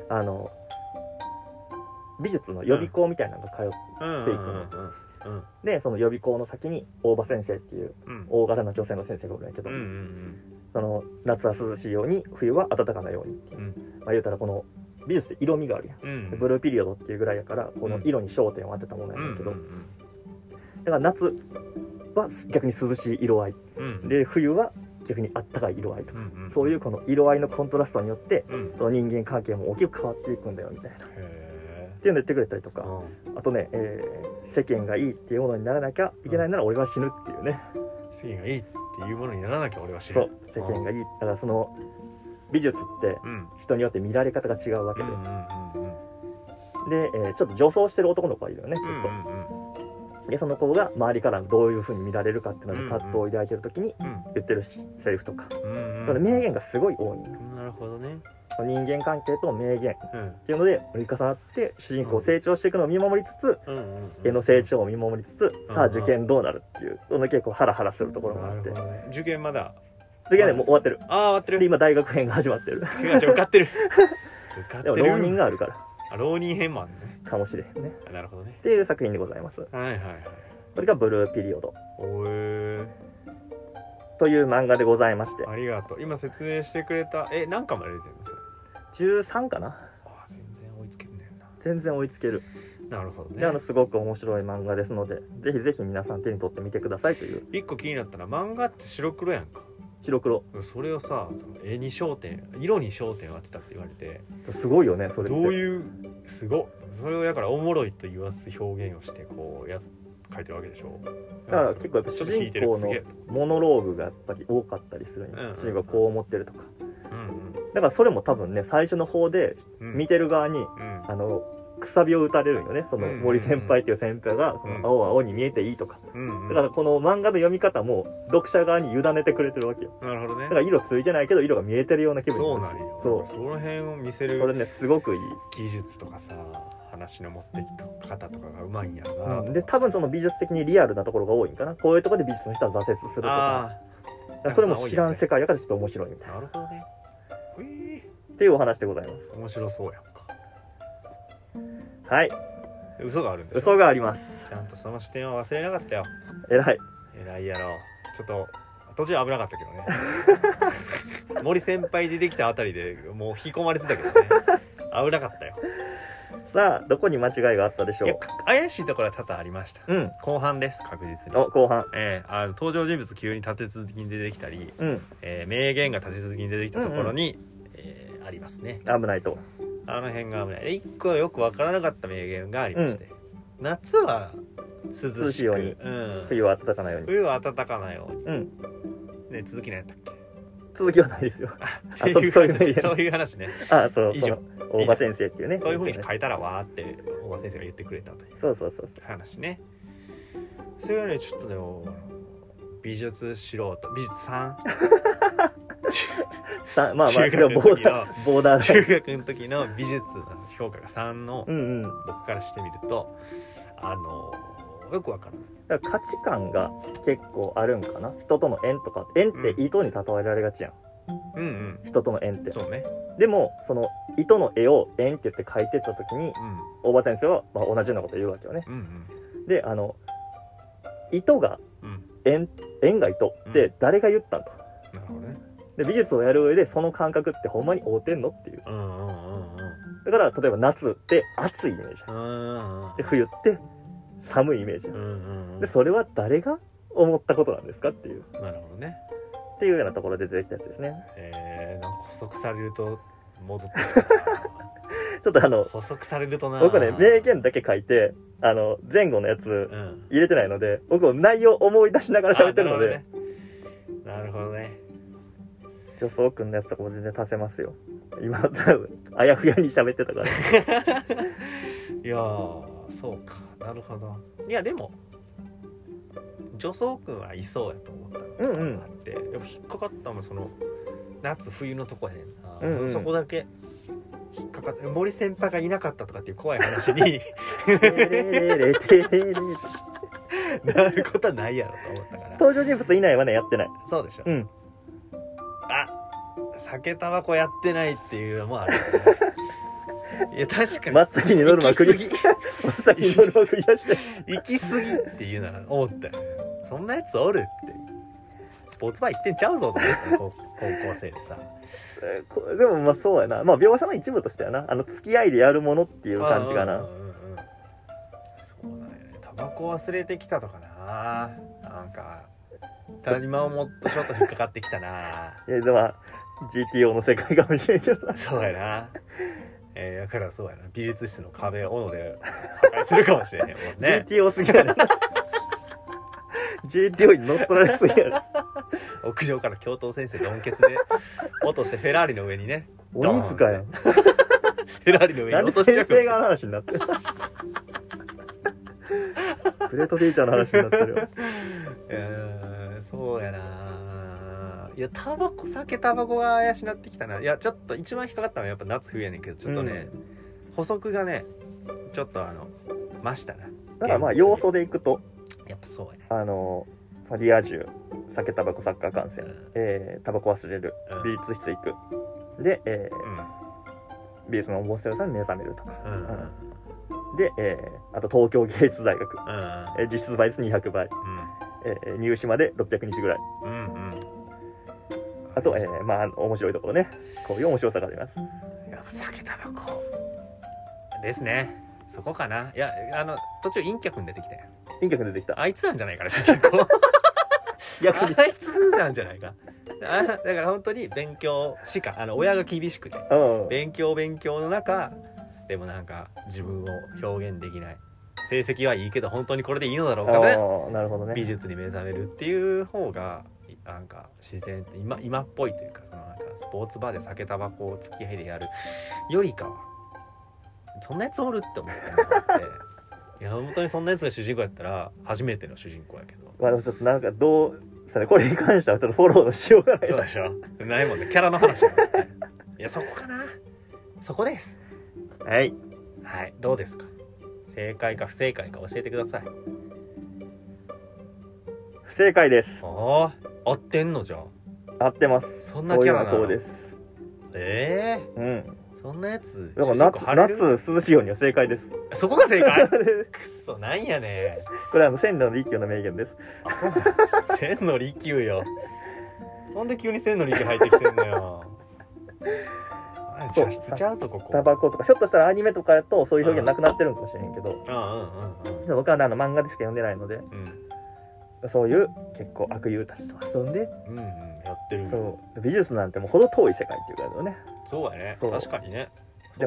Speaker 1: あの美術の予備校みたいなのが通って、
Speaker 2: えうんうんうんうん
Speaker 1: でその予備校の先に大場先生っていう
Speaker 2: うん
Speaker 1: 大柄な女性の先生がおるんやけど、
Speaker 2: うんうん
Speaker 1: その夏は涼しいように冬は暖かなようにっていう、
Speaker 2: うん
Speaker 1: まあ、言うたらこの美術って色味があるやん
Speaker 2: うんうん
Speaker 1: でブルーピリオドっていうぐらいやからこの色に焦点を当てたものやねんけど、
Speaker 2: うん
Speaker 1: だから夏は逆に涼しい色合い
Speaker 2: うんうん
Speaker 1: で冬は逆にあったかい色合いと
Speaker 2: う
Speaker 1: か、
Speaker 2: んうん
Speaker 1: そういうこの色合いのコントラストによって
Speaker 2: うんへ
Speaker 1: その人間関係も大きく変わっていくんだよみたいなっ
Speaker 2: え
Speaker 1: ていうの言ってくれたりと
Speaker 2: う
Speaker 1: か
Speaker 2: ん
Speaker 1: あとね、えー世間がいいっていうものにならなきゃいけないなら俺は死ぬっていうね、
Speaker 2: 世間がいいっていうものにならなきゃ俺は知
Speaker 1: そ
Speaker 2: らん
Speaker 1: う世間がいいだからその美術って
Speaker 2: うん
Speaker 1: 人によって見られ方が違うわけ
Speaker 2: うん
Speaker 1: で、
Speaker 2: うんうんうん
Speaker 1: で、えーちょっと女装してる男の子がいるよねずっ
Speaker 2: うん
Speaker 1: と、
Speaker 2: うん
Speaker 1: でその子が周りからどういうふうに見られるかっていうのに葛藤を抱いてる時に
Speaker 2: うん
Speaker 1: 言ってるしセリフとか、
Speaker 2: うんうん
Speaker 1: だから名言がすごい多いのよ
Speaker 2: なるほどね
Speaker 1: 人間関係と名言っ
Speaker 2: うん
Speaker 1: ていうので折り重なって主人公成長していくのを見守りつつ
Speaker 2: うんうんうん
Speaker 1: 絵の成長を見守りつつ、
Speaker 2: うん
Speaker 1: さあ受験どうなるっていうその結構ハラハラするところがあって、
Speaker 2: なるほどね受験まだ
Speaker 1: 受験でもう終わってる
Speaker 2: ああ終わって
Speaker 1: で
Speaker 2: る
Speaker 1: 今大学編が始まってる
Speaker 2: 違う違う受かってる受かって
Speaker 1: で
Speaker 2: る
Speaker 1: も浪人があるから
Speaker 2: あ浪人編もあるね
Speaker 1: かもしれへんね
Speaker 2: なるほどね
Speaker 1: っていう作品でございます
Speaker 2: はいはいはい
Speaker 1: これが「ブルーピリオド
Speaker 2: おえ」
Speaker 1: という漫画でございまして
Speaker 2: ありがとう今説明してくれたえ何巻まで出てるんですか
Speaker 1: 13かな
Speaker 2: あー全然追いつけんねんな
Speaker 1: 全然追いつける
Speaker 2: なるほど
Speaker 1: ジャン
Speaker 2: ね
Speaker 1: ルすごく面白い漫画ですのでぜひぜひ皆さん手に取ってみてくださいという
Speaker 2: 一個気になったら漫画って白黒やんか
Speaker 1: 白黒
Speaker 2: それをさその絵に焦点色に焦点を当てたって言われて
Speaker 1: すごいよねそれ
Speaker 2: ど
Speaker 1: って
Speaker 2: ういうすごっそれをだからおもろいと言わす表現をしてこうや書いてるわけでしょ
Speaker 1: だから結構やっぱ
Speaker 2: ちょ
Speaker 1: 主
Speaker 2: っと引
Speaker 1: 人
Speaker 2: いてる
Speaker 1: 公
Speaker 2: すげえ
Speaker 1: のモノローグがやっぱり多かったりするんよ
Speaker 2: うんうん
Speaker 1: 主人公がこう思ってるとか
Speaker 2: うん
Speaker 1: だからそれも多分ね最初の方で
Speaker 2: うんうん
Speaker 1: 見てる側に
Speaker 2: うん
Speaker 1: あのくさびを打たれるんよねその
Speaker 2: うん
Speaker 1: 森先輩っていう先輩がその
Speaker 2: うん
Speaker 1: 青は青に見えていいとか
Speaker 2: うんうん
Speaker 1: だからこの漫画の読み方も読者側に委ねてくれてるわけよ
Speaker 2: なるほどね
Speaker 1: だから色ついてないけど色が見えてるような気分
Speaker 2: そう
Speaker 1: にな
Speaker 2: な
Speaker 1: る
Speaker 2: ん
Speaker 1: し
Speaker 2: よ
Speaker 1: そう
Speaker 2: その辺を見せ
Speaker 1: それ
Speaker 2: る
Speaker 1: ねすごくいい
Speaker 2: 技術とかさ話の持ってき方とかがうまいんやろな、
Speaker 1: うんで多分その美術的にリアルなところが多いんかなこういうところで美術の人は挫折するとか
Speaker 2: あ
Speaker 1: だからそれも知らん世界だからちょっと面白いみた
Speaker 2: あ
Speaker 1: いな
Speaker 2: なるほどねほい
Speaker 1: っていうお話でございます
Speaker 2: 面白そうやんか
Speaker 1: はい
Speaker 2: 嘘があるんでしょ
Speaker 1: 嘘があります
Speaker 2: ちゃんとその視点は忘れなかったよ
Speaker 1: 偉い
Speaker 2: 偉いやろちょっと途中危なかったけど ね森先輩出てきたあたりでもう引き込まれてたけどね危なかったよ
Speaker 1: さあどこに間違いがあったでしょ
Speaker 2: いや
Speaker 1: う
Speaker 2: 怪しいところは多々ありました
Speaker 1: うん
Speaker 2: 後半です確実に
Speaker 1: お後半
Speaker 2: ええあの登場人物急に立て続きに出てきたり、
Speaker 1: うん
Speaker 2: えー名言が立て続きに出てきたところに、えーありますね
Speaker 1: 危ないと
Speaker 2: あの辺が危ないで一個よくわからなかった名言がありまして、夏は涼
Speaker 1: 涼
Speaker 2: し
Speaker 1: し
Speaker 2: く
Speaker 1: いように
Speaker 2: うん、
Speaker 1: 冬は暖かなように
Speaker 2: 冬は暖かなように、
Speaker 1: うん
Speaker 2: ね、続きなんやったっけ
Speaker 1: 続きはな いですよ
Speaker 2: っていう
Speaker 1: そういう
Speaker 2: 話
Speaker 1: 意味
Speaker 2: そういう話ね
Speaker 1: あそう
Speaker 2: 以
Speaker 1: そ
Speaker 2: 上
Speaker 1: の大場先生っていうね
Speaker 2: そういうふうに
Speaker 1: 先
Speaker 2: 変
Speaker 1: 生ね
Speaker 2: えたらわーって大川先生が言ってくれたという
Speaker 1: そうそうそうそ
Speaker 2: 話ねそれはねちょっとね美術素人美術さ ん
Speaker 1: うさまあまあ
Speaker 2: 中
Speaker 1: で
Speaker 2: 学
Speaker 1: も
Speaker 2: の
Speaker 1: ボ
Speaker 2: 時
Speaker 1: ーダ
Speaker 2: の
Speaker 1: ーボーダーライ
Speaker 2: 中
Speaker 1: ン
Speaker 2: 学の時の美術の評価が3の
Speaker 1: うんうん
Speaker 2: 僕からしてみるとあのよくわからない
Speaker 1: だから価値観が結構あるんかな人との縁とか縁って糸に例えられがちやん、
Speaker 2: うんうん
Speaker 1: 人との縁って
Speaker 2: そうね
Speaker 1: でもその糸の絵を縁って言って書いてった時
Speaker 2: う
Speaker 1: に
Speaker 2: ん
Speaker 1: 大場先生はまあ同じようなこと言うわけよね
Speaker 2: うん
Speaker 1: であの糸が
Speaker 2: うんうん
Speaker 1: 縁縁が糸って誰が言ったんと、
Speaker 2: なるほどね
Speaker 1: で美術をやる上でその感覚ってほんまに合うてんのっていう
Speaker 2: うんうんうんうん
Speaker 1: だから例えば夏って暑いイメージやん
Speaker 2: うんうん
Speaker 1: で冬って寒いイメージやん
Speaker 2: うんうんうん
Speaker 1: でそれは誰が思ったことなんですかっていう
Speaker 2: なるほどね
Speaker 1: っていうようなところで出てきたやつですね
Speaker 2: えー、なんか補足されると戻って
Speaker 1: ちょっとあの
Speaker 2: 補足されるとな
Speaker 1: 僕ね名言だけ書いてあの前後のやつ
Speaker 2: うん
Speaker 1: 入れてないので僕も内容思い出しながら喋ってるので
Speaker 2: あなるほどねなる
Speaker 1: 女装くんのやつとかも全然足せますよ今多分あやふやに喋ってたから
Speaker 2: ほどねいやーそうかなるほどいやでも女装君はいそうやと思ったの
Speaker 1: うんうん
Speaker 2: あってやっぱ引っかかったのはその夏冬のとこやねんな、
Speaker 1: うんうん
Speaker 2: そこだけ引っかかって森先輩がいなかったとかっていう怖い話に
Speaker 1: テレレレテレレ
Speaker 2: なることはないやろと思ったから
Speaker 1: 登場人物以内はねやってない
Speaker 2: そうでしょ、
Speaker 1: うん
Speaker 2: あ酒タバコやってないっていうのも あるよねいや確かに
Speaker 1: 真っ先にノルマクリア
Speaker 2: 行
Speaker 1: し
Speaker 2: き
Speaker 1: て 真っ先にノルマクリアして
Speaker 2: 行き過ぎっていうのは思ったよそんなやつおるってスポーツバー行ってんちゃうぞと思って高高校生でさ
Speaker 1: えーこでもまあそうやなまあ描写の一部としてはなあの付き合いでやるものっていう感じか
Speaker 2: うん
Speaker 1: な
Speaker 2: うんうんうんそうなんよねタバコ忘れてきたとかななんか谷間をもっとちょっと引っかかってきたない
Speaker 1: やでもまあ GTO の世界かもしれんけどな
Speaker 2: そうやな。えー、だからそうやな。美術室の壁を斧で破壊するかもしれへんもんね。
Speaker 1: GTO すぎやな GTO に乗っ取られすぎやな
Speaker 2: 屋上から教頭先生と温血で落としてフェラーリの上にね。
Speaker 1: 鬼塚 やん
Speaker 2: フェラーリの上
Speaker 1: な
Speaker 2: に
Speaker 1: んで
Speaker 2: 落としちゃ
Speaker 1: 先
Speaker 2: うかも
Speaker 1: 生側の話になってるグレートティーチャーの話になってるよ
Speaker 2: えーそうやな。いや、タバコ、酒、タバコが怪しなってきたな。いや、ちょっと一番引っかかったのはやっぱ夏冬やねんけど、ちょっとね、補足がね、ちょっとあの、増したな。
Speaker 1: だからまあ要素でいくと
Speaker 2: やっぱそうやね。
Speaker 1: あのファリア銃酒タバコサッカー観
Speaker 2: う
Speaker 1: 戦
Speaker 2: ん
Speaker 1: えータバコ忘れる
Speaker 2: うん
Speaker 1: 美術室行くで、えー
Speaker 2: うん。
Speaker 1: 美術の面白さに目覚めるとか
Speaker 2: うんうん
Speaker 1: で、えーあと東京芸術大学、
Speaker 2: うん
Speaker 1: えー実質倍率200倍、えー入試まで600日ぐらい
Speaker 2: うんうんうん
Speaker 1: あと、えーまあ面白いところねこういう面白さがあります
Speaker 2: やっぱ酒タバコですねそこかないやあの途中陰キャ君出てきたよ
Speaker 1: 陰脚出てきた
Speaker 2: あいつなんじゃないかな主人公
Speaker 1: 逆に
Speaker 2: あいつなんじゃないかあだから本当に勉強しかあの親が厳しくて
Speaker 1: うん
Speaker 2: 勉強勉強の中でもなんか自分を表現できない成績はいいけど本当にこれでいいのだろうかね
Speaker 1: ああなるほどね
Speaker 2: 美術に目覚めるっていう方がいなんか自然今今っぽいというかそのなんかスポーツバーで酒タバコを付き合いでやるよりかはそんなやつおるって思ってなかっていや本当にそんなやつが主人公やったら初めての主人公やけど
Speaker 1: まあ、でもちょっとなんかどうそれこれに関してはちょっとフォローしようがな い
Speaker 2: そう
Speaker 1: な
Speaker 2: でしょないもんねキャラの話いやそこかなそこです
Speaker 1: はい
Speaker 2: はいどうですか正解か不正解か教えてください
Speaker 1: 不正解です
Speaker 2: おお合ってんのじゃあ
Speaker 1: 合ってます
Speaker 2: そんな
Speaker 1: そう
Speaker 2: キ
Speaker 1: い
Speaker 2: ャ
Speaker 1: う
Speaker 2: ラ
Speaker 1: の
Speaker 2: な
Speaker 1: こ
Speaker 2: の
Speaker 1: うです
Speaker 2: ええ
Speaker 1: うん
Speaker 2: そんなやつ
Speaker 1: でも
Speaker 2: 主人公
Speaker 1: 夏
Speaker 2: 張れる
Speaker 1: 夏涼しいようには正解です
Speaker 2: そこが正 解く
Speaker 1: これ
Speaker 2: っそなんやね
Speaker 1: はあの千利の一休の名言です
Speaker 2: あそうなん千の利休よなんで急に千の利休入ってきてんの よあ
Speaker 1: そう
Speaker 2: 茶室ちゃうぞここ
Speaker 1: タバコとかひょっとしたらアニメとかやとそういう表現なくなってるんかもしれへんけど
Speaker 2: あうんうんうん
Speaker 1: 僕はねあの漫画でしか読んでないので
Speaker 2: うん
Speaker 1: そういう結構悪友たちと遊んで、
Speaker 2: うんうんやってる
Speaker 1: そう美術なんてもうほど遠い世界っていうかね
Speaker 2: そうやね
Speaker 1: そう
Speaker 2: 確かにね
Speaker 1: で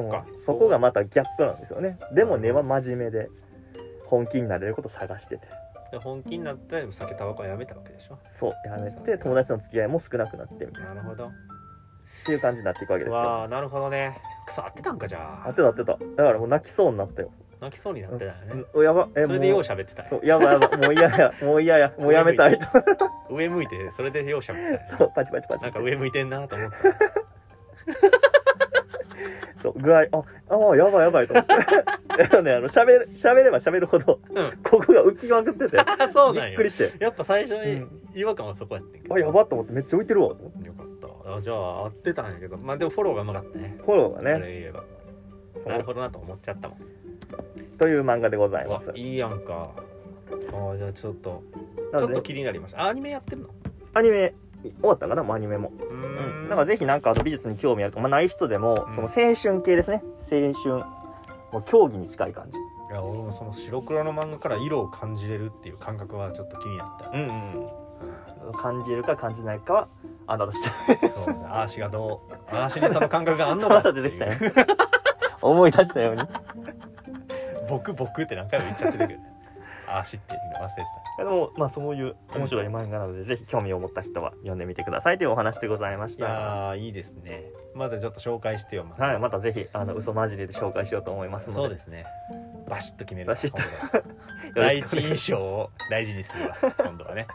Speaker 2: そっ
Speaker 1: も
Speaker 2: か
Speaker 1: そこがまたギャップなんですよねでも根は真面目で本気になれること探してて
Speaker 2: で本気になって酒タバコはやめたわけでしょ
Speaker 1: そうやめて友達との付き合いも少なくなってみたいな
Speaker 2: なるほど
Speaker 1: っていう感じになっていくわけですよ
Speaker 2: わあなるほどねくそ合ってたんかじ
Speaker 1: あっ
Speaker 2: ゃ
Speaker 1: てたあってただからもう泣きそうになったよ、
Speaker 2: あ泣きそうになってたよね
Speaker 1: うんやばえ
Speaker 2: それでよ
Speaker 1: も
Speaker 2: う
Speaker 1: う
Speaker 2: 喋ってたよ
Speaker 1: そうやばいやばいもう 嫌やもう嫌やもうやめたいと
Speaker 2: 上向いてそれでよう喋ってたよ
Speaker 1: そうパチパチパチ
Speaker 2: なんか上向いてんなと思って
Speaker 1: そうぐらいああやばいやばいと思って でもねあの喋る喋れば喋るほど、
Speaker 2: うん
Speaker 1: ここが浮きまくってて
Speaker 2: あそうなん
Speaker 1: びっ
Speaker 2: や
Speaker 1: くりして
Speaker 2: やっぱ最初
Speaker 1: う
Speaker 2: に
Speaker 1: ん
Speaker 2: 違和感はそこやってんけど、
Speaker 1: あやばっと思ってめっちゃ浮いてるわと思って
Speaker 2: よかったあじゃあ合ってたんやけどまあでもフォローがうまかったね
Speaker 1: フォローが
Speaker 2: そ
Speaker 1: ね
Speaker 2: れ言えば
Speaker 1: そう
Speaker 2: なるほどなと思っちゃったもん
Speaker 1: という漫画でございま
Speaker 2: わ
Speaker 1: す
Speaker 2: いいやんかあじゃあちょっとちょ
Speaker 1: な
Speaker 2: っ
Speaker 1: の
Speaker 2: と
Speaker 1: で
Speaker 2: 気になりましたあアニメやってるの
Speaker 1: アニメ終わったかなもうアニメも、
Speaker 2: う
Speaker 1: うん、なんかぜひなんかあの美術に興味あるとか、まあ、ない人でも、
Speaker 2: うん
Speaker 1: その青春系ですね青春もう競技に近い感じ
Speaker 2: いや俺もその白黒の漫画から色を感じれるっていう感覚はちょっと気になった
Speaker 1: うん感じるか感じないかはあなた次
Speaker 2: そうアーシがどうアーシにその感覚があんのか
Speaker 1: また出てきたよ 思い出したように
Speaker 2: 僕僕って何回も言っちゃってるけどねアーシっていうの忘れて
Speaker 1: でもまあそういう面白い漫画なので、ぜひ興味を持った人は読んでみてくださいというお話でございました
Speaker 2: い
Speaker 1: た
Speaker 2: やーいいですねまだちょっと紹介してよまた
Speaker 1: はいまたぜひあの嘘混じりで紹介しようと思いますので
Speaker 2: そうですねバシッと決める
Speaker 1: バシッと
Speaker 2: 今度は
Speaker 1: よ
Speaker 2: 第
Speaker 1: ろし
Speaker 2: 一
Speaker 1: くお願い
Speaker 2: 印
Speaker 1: します
Speaker 2: 象を大事にするわ今度はね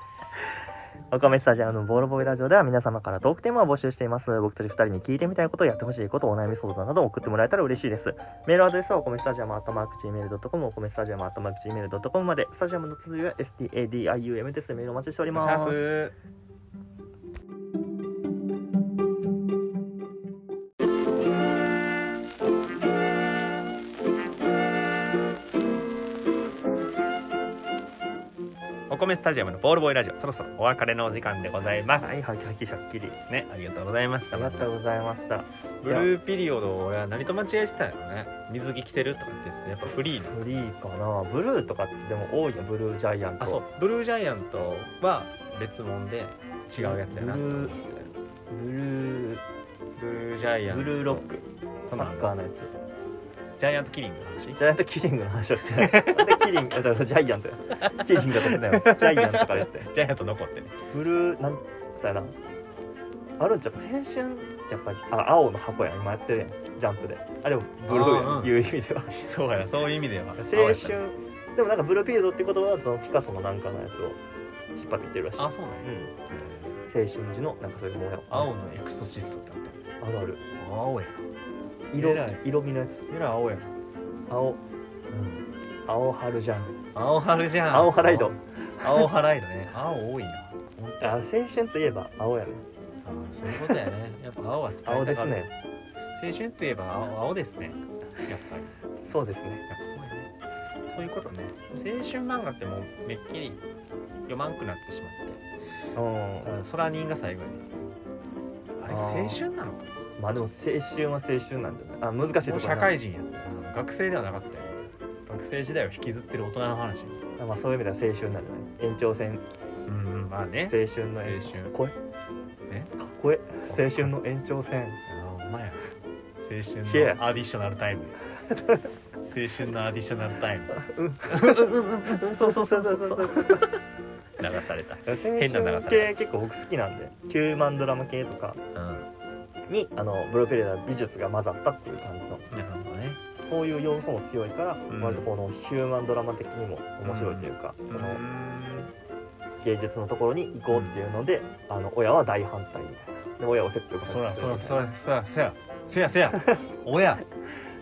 Speaker 1: おかめスタジアムのボールボーイラジオでは皆様からトークテーマを募集しています。僕たち二人に聞いてみたいこと、やってほしいこと、お悩み相談などを送ってもらえたら嬉しいです。メールアドレスはお米スタジアムアットマーク Gmail.com、お米スタジアムアットマーク Gmail.com まで、スタジアムの続きは STADIUM です。メールお待ちしており
Speaker 2: お願い
Speaker 1: ま。
Speaker 2: しますすお米スタジアムのボールボーイラジオそろそろお別れのお時間でございます、
Speaker 1: はい、はきはきしゃっきり。
Speaker 2: ねありがとうございました
Speaker 1: ありがとうございました。
Speaker 2: ブルーピリオドを俺は何と間違えてたんやろね水着着てるとかって言ってたやっぱフリーの
Speaker 1: フリーかなブルーとかってでも多いよ、ブルージャイアント。
Speaker 2: あそうブルージャイアントは別物で違うやつやなと思って
Speaker 1: ブルー、
Speaker 2: ブルージャイアント
Speaker 1: ブルーロック。サッカーのやつ。
Speaker 2: ジャイアントキリングの話
Speaker 1: ジャイアントキリングの話をしてない。なんでキリング、だからジャイアントや。キリングだと思ったよ。ジャイアントからやって。
Speaker 2: ジャイアント残 ってる
Speaker 1: ブルー、なん、さやな。あるんちゃう青春、やっぱり、あ、青の箱やん、今やってるやん、ジャンプで。あ、でも、ブルーや
Speaker 2: あーうん
Speaker 1: ん、いう意味では。
Speaker 2: そうやそういう意味では
Speaker 1: 青春。でもなんかブルーピリオドってことは、そのピカソのなんかのやつを引っ張ってきてるらしい。
Speaker 2: あそうなん
Speaker 1: う
Speaker 2: や、
Speaker 1: ん。青春時の、なんかそういうものや。
Speaker 2: 青のエクソシストってあったよ
Speaker 1: あるある。
Speaker 2: 青や
Speaker 1: 色
Speaker 2: 偉い、
Speaker 1: 色味のやつ。
Speaker 2: えらい青や
Speaker 1: 青。うん。青春じゃん。
Speaker 2: 青春じゃん
Speaker 1: 青ハライド。
Speaker 2: 青ハライドね 青多いな本当
Speaker 1: あ、青春といえば青やね。
Speaker 2: あーそういうことやねやっぱ青は伝えたか
Speaker 1: 青
Speaker 2: った
Speaker 1: ですね。
Speaker 2: 青春といえば青青ですねやっぱり
Speaker 1: そうですね
Speaker 2: やっぱそうやねそういうことね青春漫画ってもうめっきり読まんくなってしまって
Speaker 1: うん
Speaker 2: うん、ソラニンが最後にあれが青春なのか
Speaker 1: まあでも青春は青春なんじゃないあ難しいとこ
Speaker 2: も
Speaker 1: ろ
Speaker 2: う社会人やったな学生ではなかったよ学生時代を引きずってる大人の話
Speaker 1: 人まあそういう意味では青春なんじゃない延長線
Speaker 2: うんうんまあね
Speaker 1: 青春の延
Speaker 2: 青春
Speaker 1: こえ
Speaker 2: え
Speaker 1: かっこえ青春の延長線
Speaker 2: あお前や青
Speaker 1: Yeah
Speaker 2: 春のアディショナル タイム青春のアディショナルタイム
Speaker 1: そうそうそうそうそう
Speaker 2: 流された
Speaker 1: 青
Speaker 2: 変な長
Speaker 1: 春
Speaker 2: さ
Speaker 1: 系結構僕好きなんで9万ドラマ系とか
Speaker 2: うん
Speaker 1: にあのブルーペリラ美術が混ざったっていう感じの
Speaker 2: なるほどね
Speaker 1: そういう要素も強いから、
Speaker 2: ん
Speaker 1: 割とこのヒューマンドラマ的にも面白いというか、その芸術のところに行こうっていうので、あの親は大反対みたいなで親を説得さ
Speaker 2: そ
Speaker 1: れ
Speaker 2: ら
Speaker 1: て
Speaker 2: そら
Speaker 1: す
Speaker 2: そ
Speaker 1: るみ
Speaker 2: らそらそやそやそや 親
Speaker 1: たいな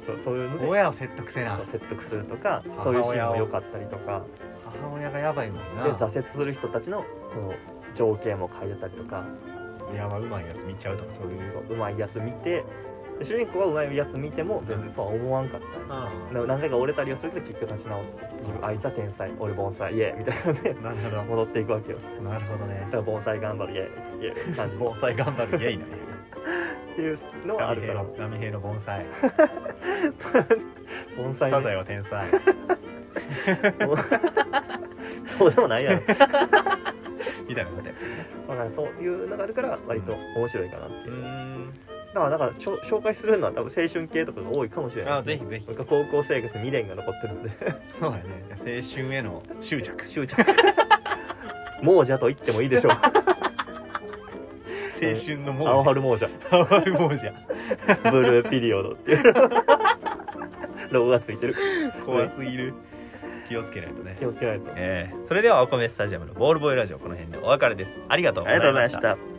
Speaker 1: そうそういうので
Speaker 2: 親を説得せな
Speaker 1: そう説得するとかそういうシーンも良かったりとか
Speaker 2: 母親がやばいもん
Speaker 1: で
Speaker 2: な
Speaker 1: 挫折する人たちのこの情景も変えてたりとか
Speaker 2: やばいうまいやつ見ちゃうとかそういう
Speaker 1: そううまいやつ見てで主人公はうまいやつ見ても全然そうは思わんかったり
Speaker 2: あ
Speaker 1: でも何回か折れたりはするけど結局立ち直って自分あいつは天才俺盆栽イエーイみたいなので
Speaker 2: あなるほど
Speaker 1: 戻っていくわけよ
Speaker 2: なるほどね
Speaker 1: だから盆栽頑張るイエーイイエーイみたいな感じ
Speaker 2: 盆栽頑張るイ エイな
Speaker 1: っていうのは あるから
Speaker 2: 波平の盆栽
Speaker 1: 盆栽
Speaker 2: サ
Speaker 1: ね
Speaker 2: ザエは天才
Speaker 1: もう そうでもないやろ だ
Speaker 2: みたいなことや
Speaker 1: からそういうのがあるから割と面白いかなっていう、だ
Speaker 2: ん
Speaker 1: からだからしょ紹介するのは多分青春系とかが多いかもしれない
Speaker 2: あぜひぜひ
Speaker 1: 僕は高校生活未練が残ってるんで
Speaker 2: そうやね青春への執着
Speaker 1: 執着亡者と言ってもいいでしょう
Speaker 2: 青春の猛
Speaker 1: 青
Speaker 2: 者
Speaker 1: 春亡者
Speaker 2: 青春猛者
Speaker 1: ブルーピリオドっていう ロゴがついてる
Speaker 2: 怖すぎる気をつけないとね
Speaker 1: 気をつけないとあ
Speaker 2: えーそれではお米スタジアムのボールボーイラジオこの辺でお別れですありがとうご
Speaker 1: り
Speaker 2: ざ
Speaker 1: がとう
Speaker 2: いま
Speaker 1: ござい
Speaker 2: し
Speaker 1: ましたた